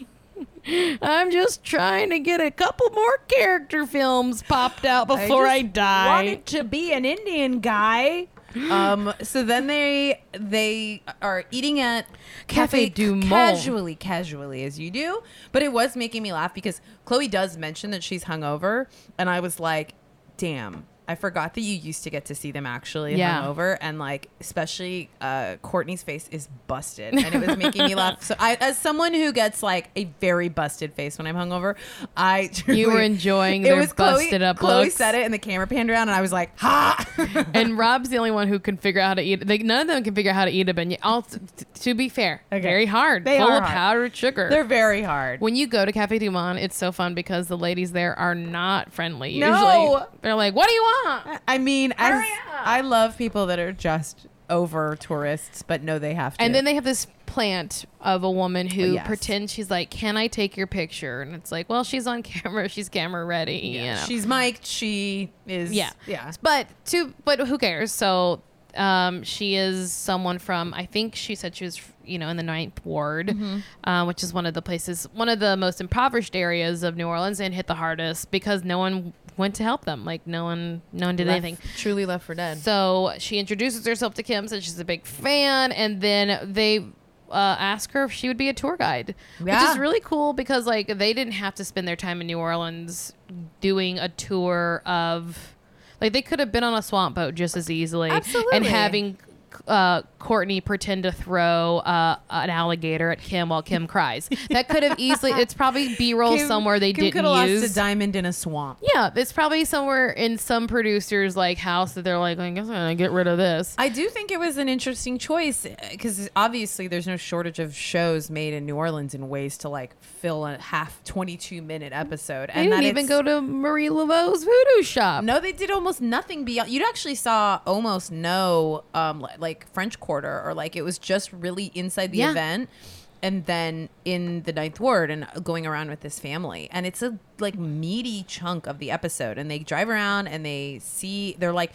Speaker 2: I'm just trying to get a couple more character films popped out before I, die.
Speaker 6: to be an Indian guy. um. So then they they are eating at
Speaker 2: Cafe
Speaker 6: Cafe, Du
Speaker 2: Du Monde.
Speaker 6: casually, casually as you do. But it was making me laugh because Chloe does mention that she's hungover, and I was like, damn. I forgot that you used to get to see them actually
Speaker 2: Yeah.
Speaker 6: hungover, and like especially uh, Courtney's face is busted, and it was making me laugh. So, I, as someone who gets like a very busted face when I'm hungover, I truly-
Speaker 2: were enjoying
Speaker 6: it
Speaker 2: their
Speaker 6: was Chloe-
Speaker 2: busted up
Speaker 6: Chloe
Speaker 2: looks. Ah!
Speaker 6: said it, and the camera panned around, and I was like, ha!
Speaker 2: and Rob's the only one who can figure out how to eat. Like none of them can figure out how to eat a beignet. All t- t- to be fair, very hard.
Speaker 6: They
Speaker 2: full
Speaker 6: are
Speaker 2: of
Speaker 6: hard.
Speaker 2: powdered sugar.
Speaker 6: They're very hard.
Speaker 2: when you go to Cafe Du Monde, it's so fun because the ladies there are not friendly.
Speaker 6: No.
Speaker 2: Usually, they're like, "What do you want?"
Speaker 6: I mean, as,
Speaker 2: Hurry up.
Speaker 6: I love people that are just over tourists, but know they have to.
Speaker 2: And then they have this plant of a woman who
Speaker 6: Yes.
Speaker 2: pretends she's like, "Can I take your picture?" And it's like, "Well, she's on camera. She's camera ready." you know?
Speaker 6: she's Mike. She is.
Speaker 2: Yeah.
Speaker 6: yeah.
Speaker 2: But to but who cares? So um, she is someone from I think she said she was you know in the ninth ward,
Speaker 6: Mm-hmm.
Speaker 2: uh, which is one of the places, one of the most impoverished areas of New Orleans, and hit the hardest because no one went to help them. Like no one, no one did anything.
Speaker 6: Truly left for dead.
Speaker 2: So she introduces herself to Kim, says she's a big fan, and then they uh, ask her if she would be a tour guide, which
Speaker 6: Yeah.
Speaker 2: is really cool because like they didn't have to spend their time in New Orleans doing a tour of, like they could have been on a swamp boat just as easily, and
Speaker 6: Absolutely.
Speaker 2: having. Uh, Courtney pretend to throw uh, an alligator at Kim while Kim cries. That could have easily. It's probably B roll somewhere they
Speaker 6: Kim
Speaker 2: didn't
Speaker 6: coulda
Speaker 2: use.
Speaker 6: lost a diamond in a swamp.
Speaker 2: Yeah, it's probably somewhere in some producer's like house that they're like, I guess I'm gonna get rid of this.
Speaker 6: I do think it was an interesting choice because obviously there's no shortage of shows made in New Orleans in ways to like fill a half 22 minute episode.
Speaker 2: I didn't even go to Marie Laveau's voodoo shop.
Speaker 6: No, they did almost nothing beyond. You actually saw almost no, um, li- like French Quarter, or like it was just really inside the
Speaker 2: Yeah.
Speaker 6: event, and then in the Ninth Ward, and uh, going around with this family, and it's a like meaty chunk of the episode, and they drive around and they see. They're like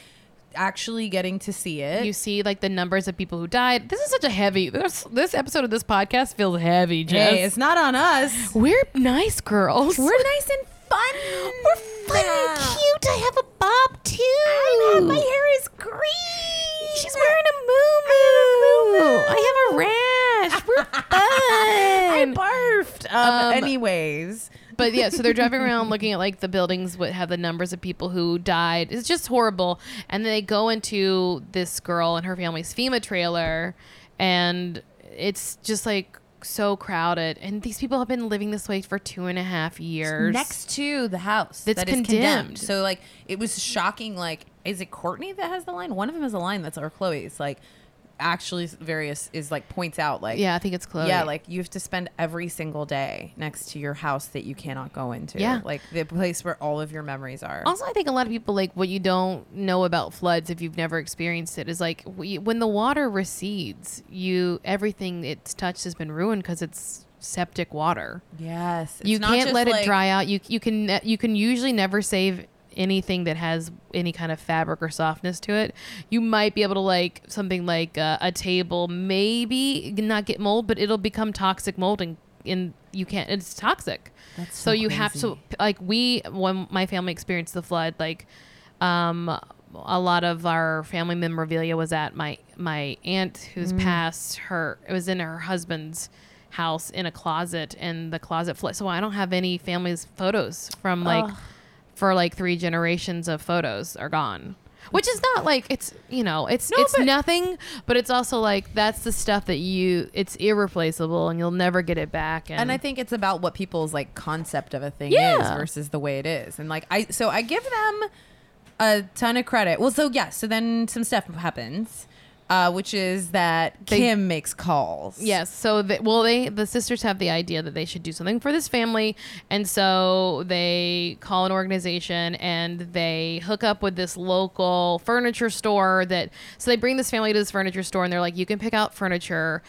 Speaker 6: actually getting to see it.
Speaker 2: You see like the numbers of people who died. This is such a heavy. This this episode of this podcast feels heavy. Jess.
Speaker 6: hey, it's not on us.
Speaker 2: we're nice girls.
Speaker 6: We're nice and fun. We're fun
Speaker 2: and cute. I have a bob too. I
Speaker 6: My hair is green. She's wearing a moo
Speaker 2: I have a rash. We're fun.
Speaker 6: I barfed. Um,
Speaker 2: Um,
Speaker 6: anyways,
Speaker 2: but yeah, so they're driving around looking at like the buildings that have the numbers of people who died. It's just horrible. And then they go into this girl and her family's FEMA trailer, and it's just like so crowded. And these people have been living this way for two and a half years.
Speaker 6: next to the house
Speaker 2: That's
Speaker 6: that is condemned.
Speaker 2: condemned.
Speaker 6: So like, it was shocking. Like, is it Courtney that has the line? One of them has a line that's or Chloe's. Like, actually, various is like points out like
Speaker 2: yeah, I think it's Chloe.
Speaker 6: Yeah, like you have to spend every single day next to your house that you cannot go into.
Speaker 2: Yeah.
Speaker 6: Like the place where all of your memories are.
Speaker 2: Also, I think a lot of people like what you don't know about floods if you've never experienced it is like we, when the water recedes, you everything it's touched has been ruined because it's septic water.
Speaker 6: yes. It's
Speaker 2: you
Speaker 6: not
Speaker 2: can't
Speaker 6: just,
Speaker 2: let
Speaker 6: like-
Speaker 2: it dry out. You you can ne- you can usually never save anything that has any kind of fabric or softness to it. You might be able to like something like uh, a table, maybe not get mold, but it'll become toxic mold and and you can't. It's toxic.
Speaker 6: That's so
Speaker 2: you have to
Speaker 6: crazy.
Speaker 2: like we when my family experienced the flood like um a lot of our family memorabilia was at my my aunt who's
Speaker 6: Mm.
Speaker 2: passed her it was in her husband's house in a closet and the closet flooded so i don't have any family's photos from like for like three generations of photos are gone which is not like it's you know it's it's nothing but it's also like that's the stuff that you it's irreplaceable and you'll never get it back and,
Speaker 6: and I think it's about what people's like concept of a thing
Speaker 2: Yeah.
Speaker 6: is versus the way it is. And like I so I give them a ton of credit. Well, so yeah, so then some stuff happens, uh, which is that
Speaker 2: They-
Speaker 6: Kim makes calls.
Speaker 2: Yes. So, they, well, they the sisters have the idea that they should do something for this family, and so they call an organization and they hook up with this local furniture store. That so they bring this family to this furniture store, and they're like, "You can pick out furniture."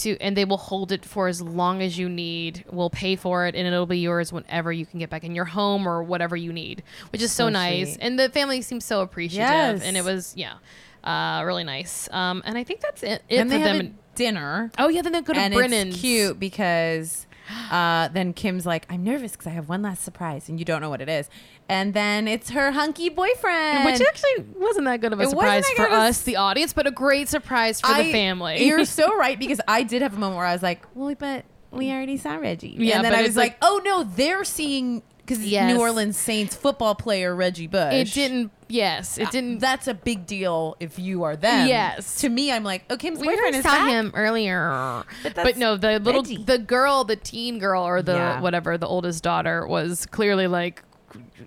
Speaker 2: To, and they will hold it for as long as you need. We'll pay for it, and it'll be yours whenever you can get back in your home or whatever you need, which is so, nice.
Speaker 6: sweet.
Speaker 2: And the family seems so appreciative.
Speaker 6: Yes.
Speaker 2: And it was yeah, uh, really nice. Um, and I think that's it, it
Speaker 6: and
Speaker 2: for
Speaker 6: they have
Speaker 2: them.
Speaker 6: a dinner.
Speaker 2: Oh yeah, then they go to
Speaker 6: and
Speaker 2: Brennan's.
Speaker 6: it's cute because uh, then Kim's like, I'm nervous because I have one last surprise, and you don't know what it is. And then it's her hunky boyfriend,
Speaker 2: which actually wasn't that good of a
Speaker 6: It
Speaker 2: surprise
Speaker 6: wasn't that
Speaker 2: for
Speaker 6: good of a
Speaker 2: us, the audience, but a great surprise for the family.
Speaker 6: You're so right because I did have a moment where I was like, well, but we already saw Reggie.
Speaker 2: Yeah,
Speaker 6: and then
Speaker 2: but
Speaker 6: I
Speaker 2: it's
Speaker 6: was like,
Speaker 2: like-
Speaker 6: oh no, they're seeing because
Speaker 2: Yes.
Speaker 6: New Orleans Saints football player Reggie Bush.
Speaker 2: it didn't. Yes, it didn't.
Speaker 6: That's a big deal if you are them.
Speaker 2: Yes.
Speaker 6: To me, I'm like, oh, Kim's
Speaker 2: we
Speaker 6: boyfriend
Speaker 2: already
Speaker 6: is
Speaker 2: saw
Speaker 6: back.
Speaker 2: him earlier, but,
Speaker 6: that's
Speaker 2: no, the little
Speaker 6: Reggie.
Speaker 2: the girl, the teen girl, or the
Speaker 6: Yeah.
Speaker 2: whatever, the oldest daughter was clearly like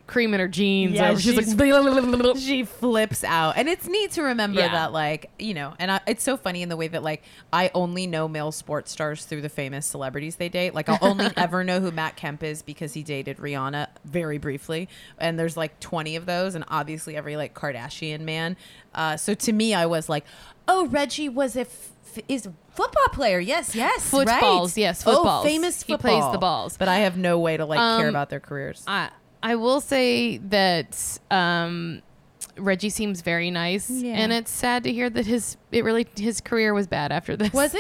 Speaker 2: cream in her jeans.
Speaker 6: Yeah,
Speaker 2: or she's,
Speaker 6: she's-
Speaker 2: like
Speaker 6: she flips out and it's neat to remember
Speaker 2: Yeah.
Speaker 6: that like you know and I, it's so funny in the way that like i only know male sports stars through the famous celebrities they date like i'll only ever know who matt kemp is because he dated rihanna very briefly and there's like 20 of those and obviously every like kardashian man uh, so to me i was like oh reggie was a f- is a football player yes yes
Speaker 2: Footballs,
Speaker 6: right.
Speaker 2: yes,
Speaker 6: oh
Speaker 2: footballs.
Speaker 6: famous
Speaker 2: He
Speaker 6: football.
Speaker 2: plays the balls.
Speaker 6: but i have no way to like care
Speaker 2: Um,
Speaker 6: about their careers
Speaker 2: I I will say that um, Reggie seems very nice,
Speaker 6: Yeah.
Speaker 2: and it's sad to hear that his it really his career was bad after this.
Speaker 6: Was it?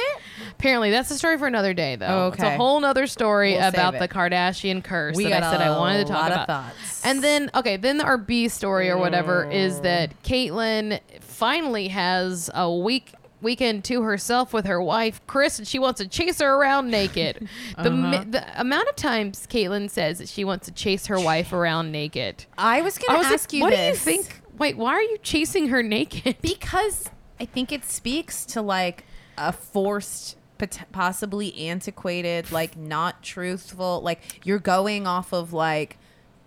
Speaker 2: Apparently, that's a story for another day, though.
Speaker 6: Oh,
Speaker 2: It's
Speaker 6: okay.
Speaker 2: a whole nother story
Speaker 6: We'll
Speaker 2: about
Speaker 6: save
Speaker 2: the
Speaker 6: it.
Speaker 2: Kardashian curse
Speaker 6: We
Speaker 2: that I
Speaker 6: got
Speaker 2: said I
Speaker 6: a
Speaker 2: wanted to talk
Speaker 6: lot of
Speaker 2: about.
Speaker 6: thoughts.
Speaker 2: And then okay, then our B story or whatever is that Caitlyn finally has a week weekend to herself with her wife Chris, and she wants to chase her around naked. the,
Speaker 6: Uh-huh.
Speaker 2: mi- the amount of times Caitlyn says that she wants to chase her wife around naked.
Speaker 6: i was gonna
Speaker 2: I was like,
Speaker 6: ask you
Speaker 2: what
Speaker 6: this.
Speaker 2: do you think? Wait, why are you chasing her naked?
Speaker 6: because I think it speaks to like a forced, pot- possibly antiquated, like not truthful. Like you're going off of like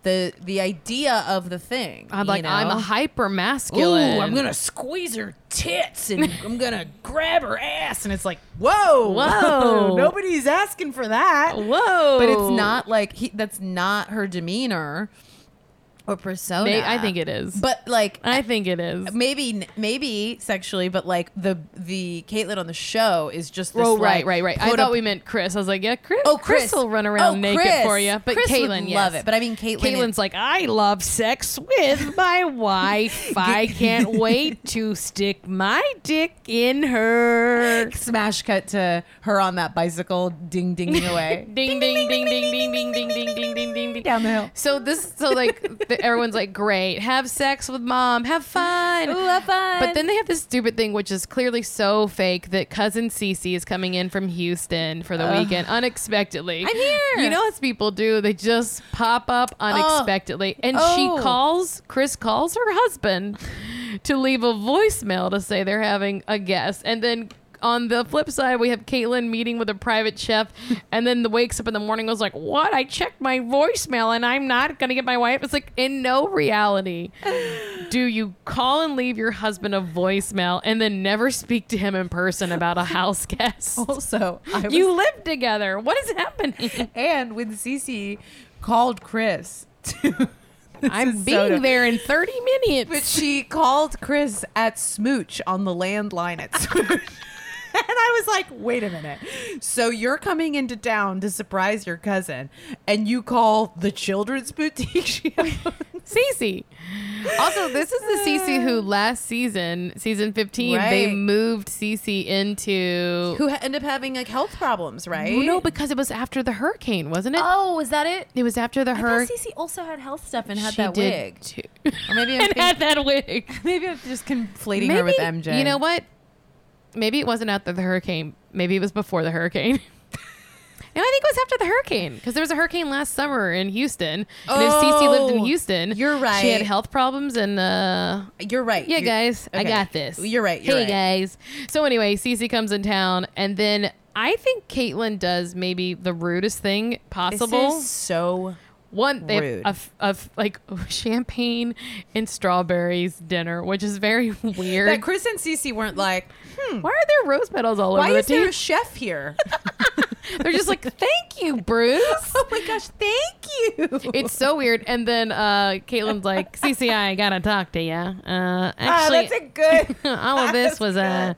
Speaker 6: the the idea of the thing.
Speaker 2: I'm
Speaker 6: you
Speaker 2: like,
Speaker 6: know?
Speaker 2: I'm a hyper masculine.
Speaker 6: Ooh, I'm gonna squeeze her tits and I'm gonna grab her ass, and it's like, whoa,
Speaker 2: Whoa.
Speaker 6: nobody's asking for that.
Speaker 2: Whoa.
Speaker 6: But it's not like he, that's not her demeanor or persona.
Speaker 2: May- I think it is.
Speaker 6: Oh, But like,
Speaker 2: I think it is.
Speaker 6: maybe maybe sexually, but like the the Caitlyn on the show is just this
Speaker 2: Oh, right,
Speaker 6: like,
Speaker 2: right, right. I
Speaker 6: put
Speaker 2: thought
Speaker 6: a-
Speaker 2: we meant Chris. I was like, yeah, Chris.
Speaker 6: oh Chris,
Speaker 2: will run around
Speaker 6: Oh,
Speaker 2: naked
Speaker 6: Chris.
Speaker 2: for you, but
Speaker 6: Chris would
Speaker 2: Caitlin, yes.
Speaker 6: love it, but I mean Caitlyn.
Speaker 2: Caitlin's like, I love sex with my wife. I can't wait to stick my dick in her.
Speaker 6: smash cut to her on that bicycle, ding dinging away.
Speaker 2: Ding ding ding ding ding ding ding ding ding ding ding ding
Speaker 6: Down the hill.
Speaker 2: So this, so like the, everyone's like, great, have sex with mom, have fun,
Speaker 6: Ooh, have fun.
Speaker 2: But then they have this stupid thing, which is clearly so fake that cousin Cece is coming in from Houston for the weekend unexpectedly.
Speaker 6: I'm here.
Speaker 2: You know what people do? They just pop up unexpectedly, and
Speaker 6: Oh.
Speaker 2: she calls. Chris calls her husband to leave a voicemail to say they're having a guest, and then. On the flip side, we have Caitlin meeting with a private chef, and then the wakes up in the morning was like, "What? I checked my voicemail, and I'm not gonna get my wife." It's like in no reality do you call and leave your husband a voicemail and then never speak to him in person about a house guest?
Speaker 6: also, I Oh, was,
Speaker 2: you live together. What is happening?
Speaker 6: and when Cece called Chris. To,
Speaker 2: I'm
Speaker 6: is so
Speaker 2: being
Speaker 6: dumb.
Speaker 2: there in 30 minutes.
Speaker 6: But she called Chris at Smooch on the landline at Smooch. and I was like, wait a minute. So you're coming into town to surprise your cousin, and you call the children's boutique she owns?
Speaker 2: Cece. Also, this is the Cece who last season, season 15, they
Speaker 6: Right.
Speaker 2: moved Cece into.
Speaker 6: Who ha- end up having like health problems, right?
Speaker 2: No, because it was after the hurricane, wasn't it?
Speaker 6: Oh, was that it?
Speaker 2: It was after the
Speaker 6: Her-
Speaker 2: hurricane.
Speaker 6: Cece also had health stuff and had
Speaker 2: she
Speaker 6: that
Speaker 2: did
Speaker 6: wig.
Speaker 2: Too.
Speaker 6: Or maybe I'm
Speaker 2: and had
Speaker 6: thinking-
Speaker 2: that wig.
Speaker 6: Maybe I'm just conflating her with MJ.
Speaker 2: You know what? Maybe it wasn't after the hurricane. Maybe it was before the hurricane. No, I think it was after the hurricane because there was a hurricane last summer in Houston. and if Cece lived in
Speaker 6: Oh,
Speaker 2: Houston,
Speaker 6: you're
Speaker 2: She had
Speaker 6: right.
Speaker 2: health problems and uh,
Speaker 6: You're right.
Speaker 2: yeah,
Speaker 6: You're-
Speaker 2: guys, I
Speaker 6: okay.
Speaker 2: got this.
Speaker 6: You're right. You're
Speaker 2: hey,
Speaker 6: right.
Speaker 2: guys. So anyway, Cece comes in town, and then I think Caitlyn does maybe the rudest thing
Speaker 6: This
Speaker 2: possible,
Speaker 6: is so
Speaker 2: One, they have
Speaker 1: Rude.
Speaker 2: a f- a f- like champagne and strawberries dinner, which is very weird.
Speaker 1: That Chris and Cece weren't like, hmm,
Speaker 2: Why are there rose petals all
Speaker 1: why
Speaker 2: over the
Speaker 1: is there
Speaker 2: table?
Speaker 1: a chef here?
Speaker 2: They're just like, thank you, Bruce.
Speaker 1: oh my gosh, thank you.
Speaker 2: It's so weird. And then uh, Caitlin's like, Cece, I gotta talk to you. Uh,
Speaker 1: Ah,
Speaker 2: actually,
Speaker 1: that's a good.
Speaker 2: all of this
Speaker 1: That's
Speaker 2: was uh,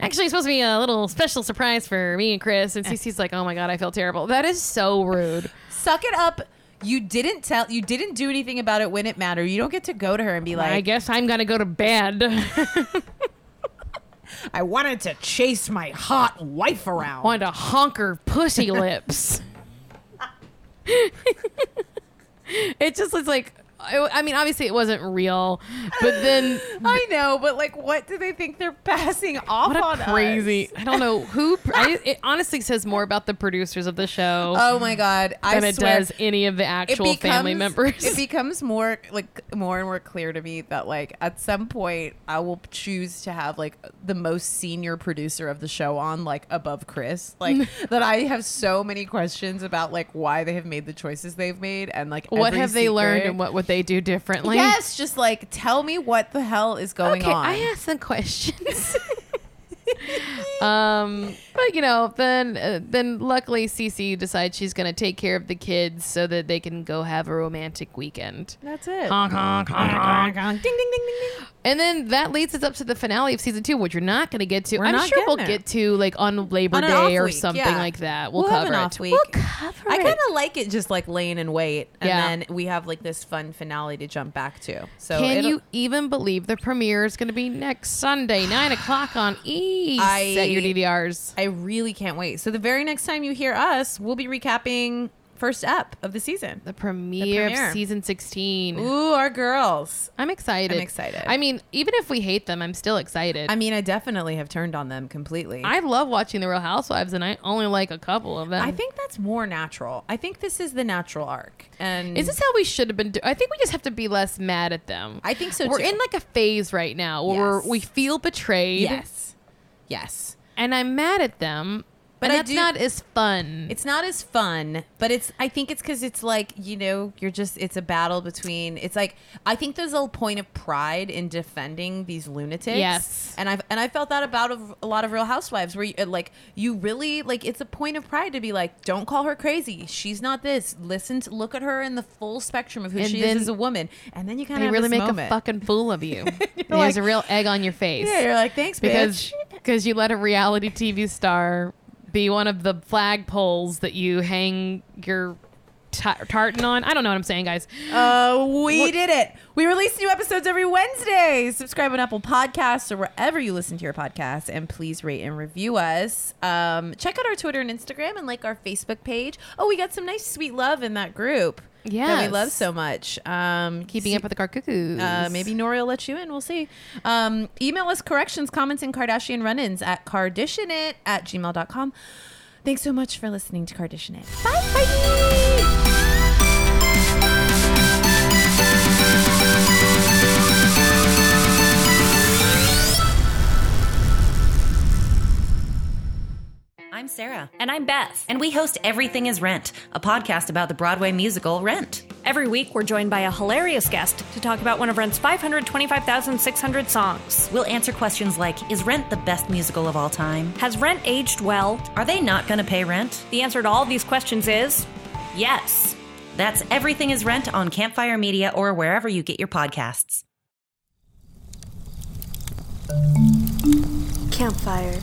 Speaker 2: actually supposed to be a little special surprise for me and Chris. And Cece's like, oh my God, I feel terrible. That is so rude.
Speaker 1: Suck it up. You didn't tell. You didn't do anything about it when it mattered. You don't get to go to her and be like,
Speaker 2: I guess I'm gonna go to bed.
Speaker 1: I wanted to chase my hot wife around.
Speaker 2: Want to honk her pussy lips. it just looks like, I I mean, obviously it wasn't real, but then
Speaker 1: I know, but like, what do they think they're passing off
Speaker 2: What
Speaker 1: on?
Speaker 2: a
Speaker 1: us?
Speaker 2: crazy! I don't know who. pr- I, it honestly says more about the producers of the show
Speaker 1: Oh my god! I
Speaker 2: than it
Speaker 1: swear,
Speaker 2: does any of the actual family members.
Speaker 1: It becomes more like more and more clear to me that like at some point I will choose to have like the most senior producer of the show on like above Chris. Like that I have so many questions about like why they have made the choices they've made and like
Speaker 2: what
Speaker 1: every
Speaker 2: have they learned
Speaker 1: secret.
Speaker 2: and what would they do differently?
Speaker 1: yes, just like tell me what the hell is going
Speaker 2: Okay,
Speaker 1: on.
Speaker 2: I asked some questions. um, but you know, then uh, then luckily Cece decides she's going to take care of the kids so that they can go have a romantic weekend.
Speaker 1: That's it.
Speaker 2: Honk, honk, honk, honk.
Speaker 1: Ding ding ding ding ding.
Speaker 2: And then that leads us up to the finale of season two, which you're not going to get to.
Speaker 1: We're
Speaker 2: I'm
Speaker 1: not
Speaker 2: sure we'll
Speaker 1: getting there.
Speaker 2: get to like on Labor
Speaker 1: On an
Speaker 2: Day
Speaker 1: off
Speaker 2: or
Speaker 1: week,
Speaker 2: something
Speaker 1: yeah.
Speaker 2: like that. We'll,
Speaker 1: We'll have
Speaker 2: cover
Speaker 1: an
Speaker 2: it.
Speaker 1: off week.
Speaker 2: We'll cover
Speaker 1: I
Speaker 2: it.
Speaker 1: kind of like it just like laying in wait, and
Speaker 2: Yeah.
Speaker 1: then we have like this fun finale to jump back to. So
Speaker 2: Can
Speaker 1: it'll-
Speaker 2: you even believe the premiere is going to be next Sunday, nine o'clock on E?
Speaker 1: I-
Speaker 2: Set your DVRs.
Speaker 1: I really can't wait. So the very next time you hear us, we'll be recapping first up of the season.
Speaker 2: The premiere,
Speaker 1: premiere.
Speaker 2: of season sixteen.
Speaker 1: Ooh, our girls.
Speaker 2: I'm excited.
Speaker 1: I'm excited.
Speaker 2: I mean, even if we hate them, I'm still excited.
Speaker 1: I
Speaker 2: i
Speaker 1: mean, I definitely have turned on them completely.
Speaker 2: love watching The Real Housewives, and I only like a couple of them.
Speaker 1: I think that's more natural. I think this is the natural arc. And
Speaker 2: Is this how we should have been? Do- I think we just have to be less mad at them.
Speaker 1: I think so,
Speaker 2: We're
Speaker 1: too.
Speaker 2: in like a phase right now where
Speaker 1: Yes.
Speaker 2: we feel betrayed.
Speaker 1: Yes. Yes.
Speaker 2: and I'm mad at them,
Speaker 1: But
Speaker 2: but
Speaker 1: I
Speaker 2: that's
Speaker 1: do-
Speaker 2: not as fun.
Speaker 1: It's not as fun, but it's. I think it's because it's like you know you're just. It's a battle between. It's like I think there's a point of pride in defending these lunatics.
Speaker 2: Yes.
Speaker 1: and I've and I felt that about of- a lot of Real Housewives where you, uh, like you really like it's a point of pride to be like don't call her crazy. She's not this. Listen to look at her in the full spectrum of who
Speaker 2: And
Speaker 1: she
Speaker 2: then
Speaker 1: is as a woman, and then you kind
Speaker 2: they
Speaker 1: of
Speaker 2: really make
Speaker 1: moment.
Speaker 2: a fucking fool of you. There's
Speaker 1: like-
Speaker 2: a real egg on your face.
Speaker 1: Yeah, you're like thanks
Speaker 2: because
Speaker 1: bitch.
Speaker 2: because you let a reality TV star be one of the flagpoles that you hang your ta- tartan on. I don't know what I'm saying, guys.
Speaker 1: Uh, we did it. We release new episodes every Wednesday. Subscribe on Apple Podcasts or wherever you listen to your podcasts, and please rate and review us. Um, check out our Twitter and Instagram, and like our Facebook page. Oh, we got some nice, sweet love in that group. that
Speaker 2: Yes.
Speaker 1: we love so much. Um,
Speaker 2: Keeping
Speaker 1: see-
Speaker 2: up with the cuckoo.
Speaker 1: Uh, maybe Nori will let you in. We'll see. Um, email us corrections, comments, and Kardashian run ins at cardishionit at gmail.com. Thanks so much for listening to Kardashian It. Bye.
Speaker 8: I'm Sarah. And I'm Beth. And we host Everything is Rent, a podcast about the Broadway musical Rent.
Speaker 9: Every week, we're joined by a hilarious guest to talk about one of Rent's 525,600 songs.
Speaker 8: We'll answer questions like Is Rent the best musical of all time?
Speaker 9: Has Rent aged well?
Speaker 8: Are they not going to pay rent?
Speaker 9: The answer to all these questions is yes.
Speaker 8: That's Everything is Rent on Campfire Media or wherever you get your podcasts.
Speaker 3: Campfire.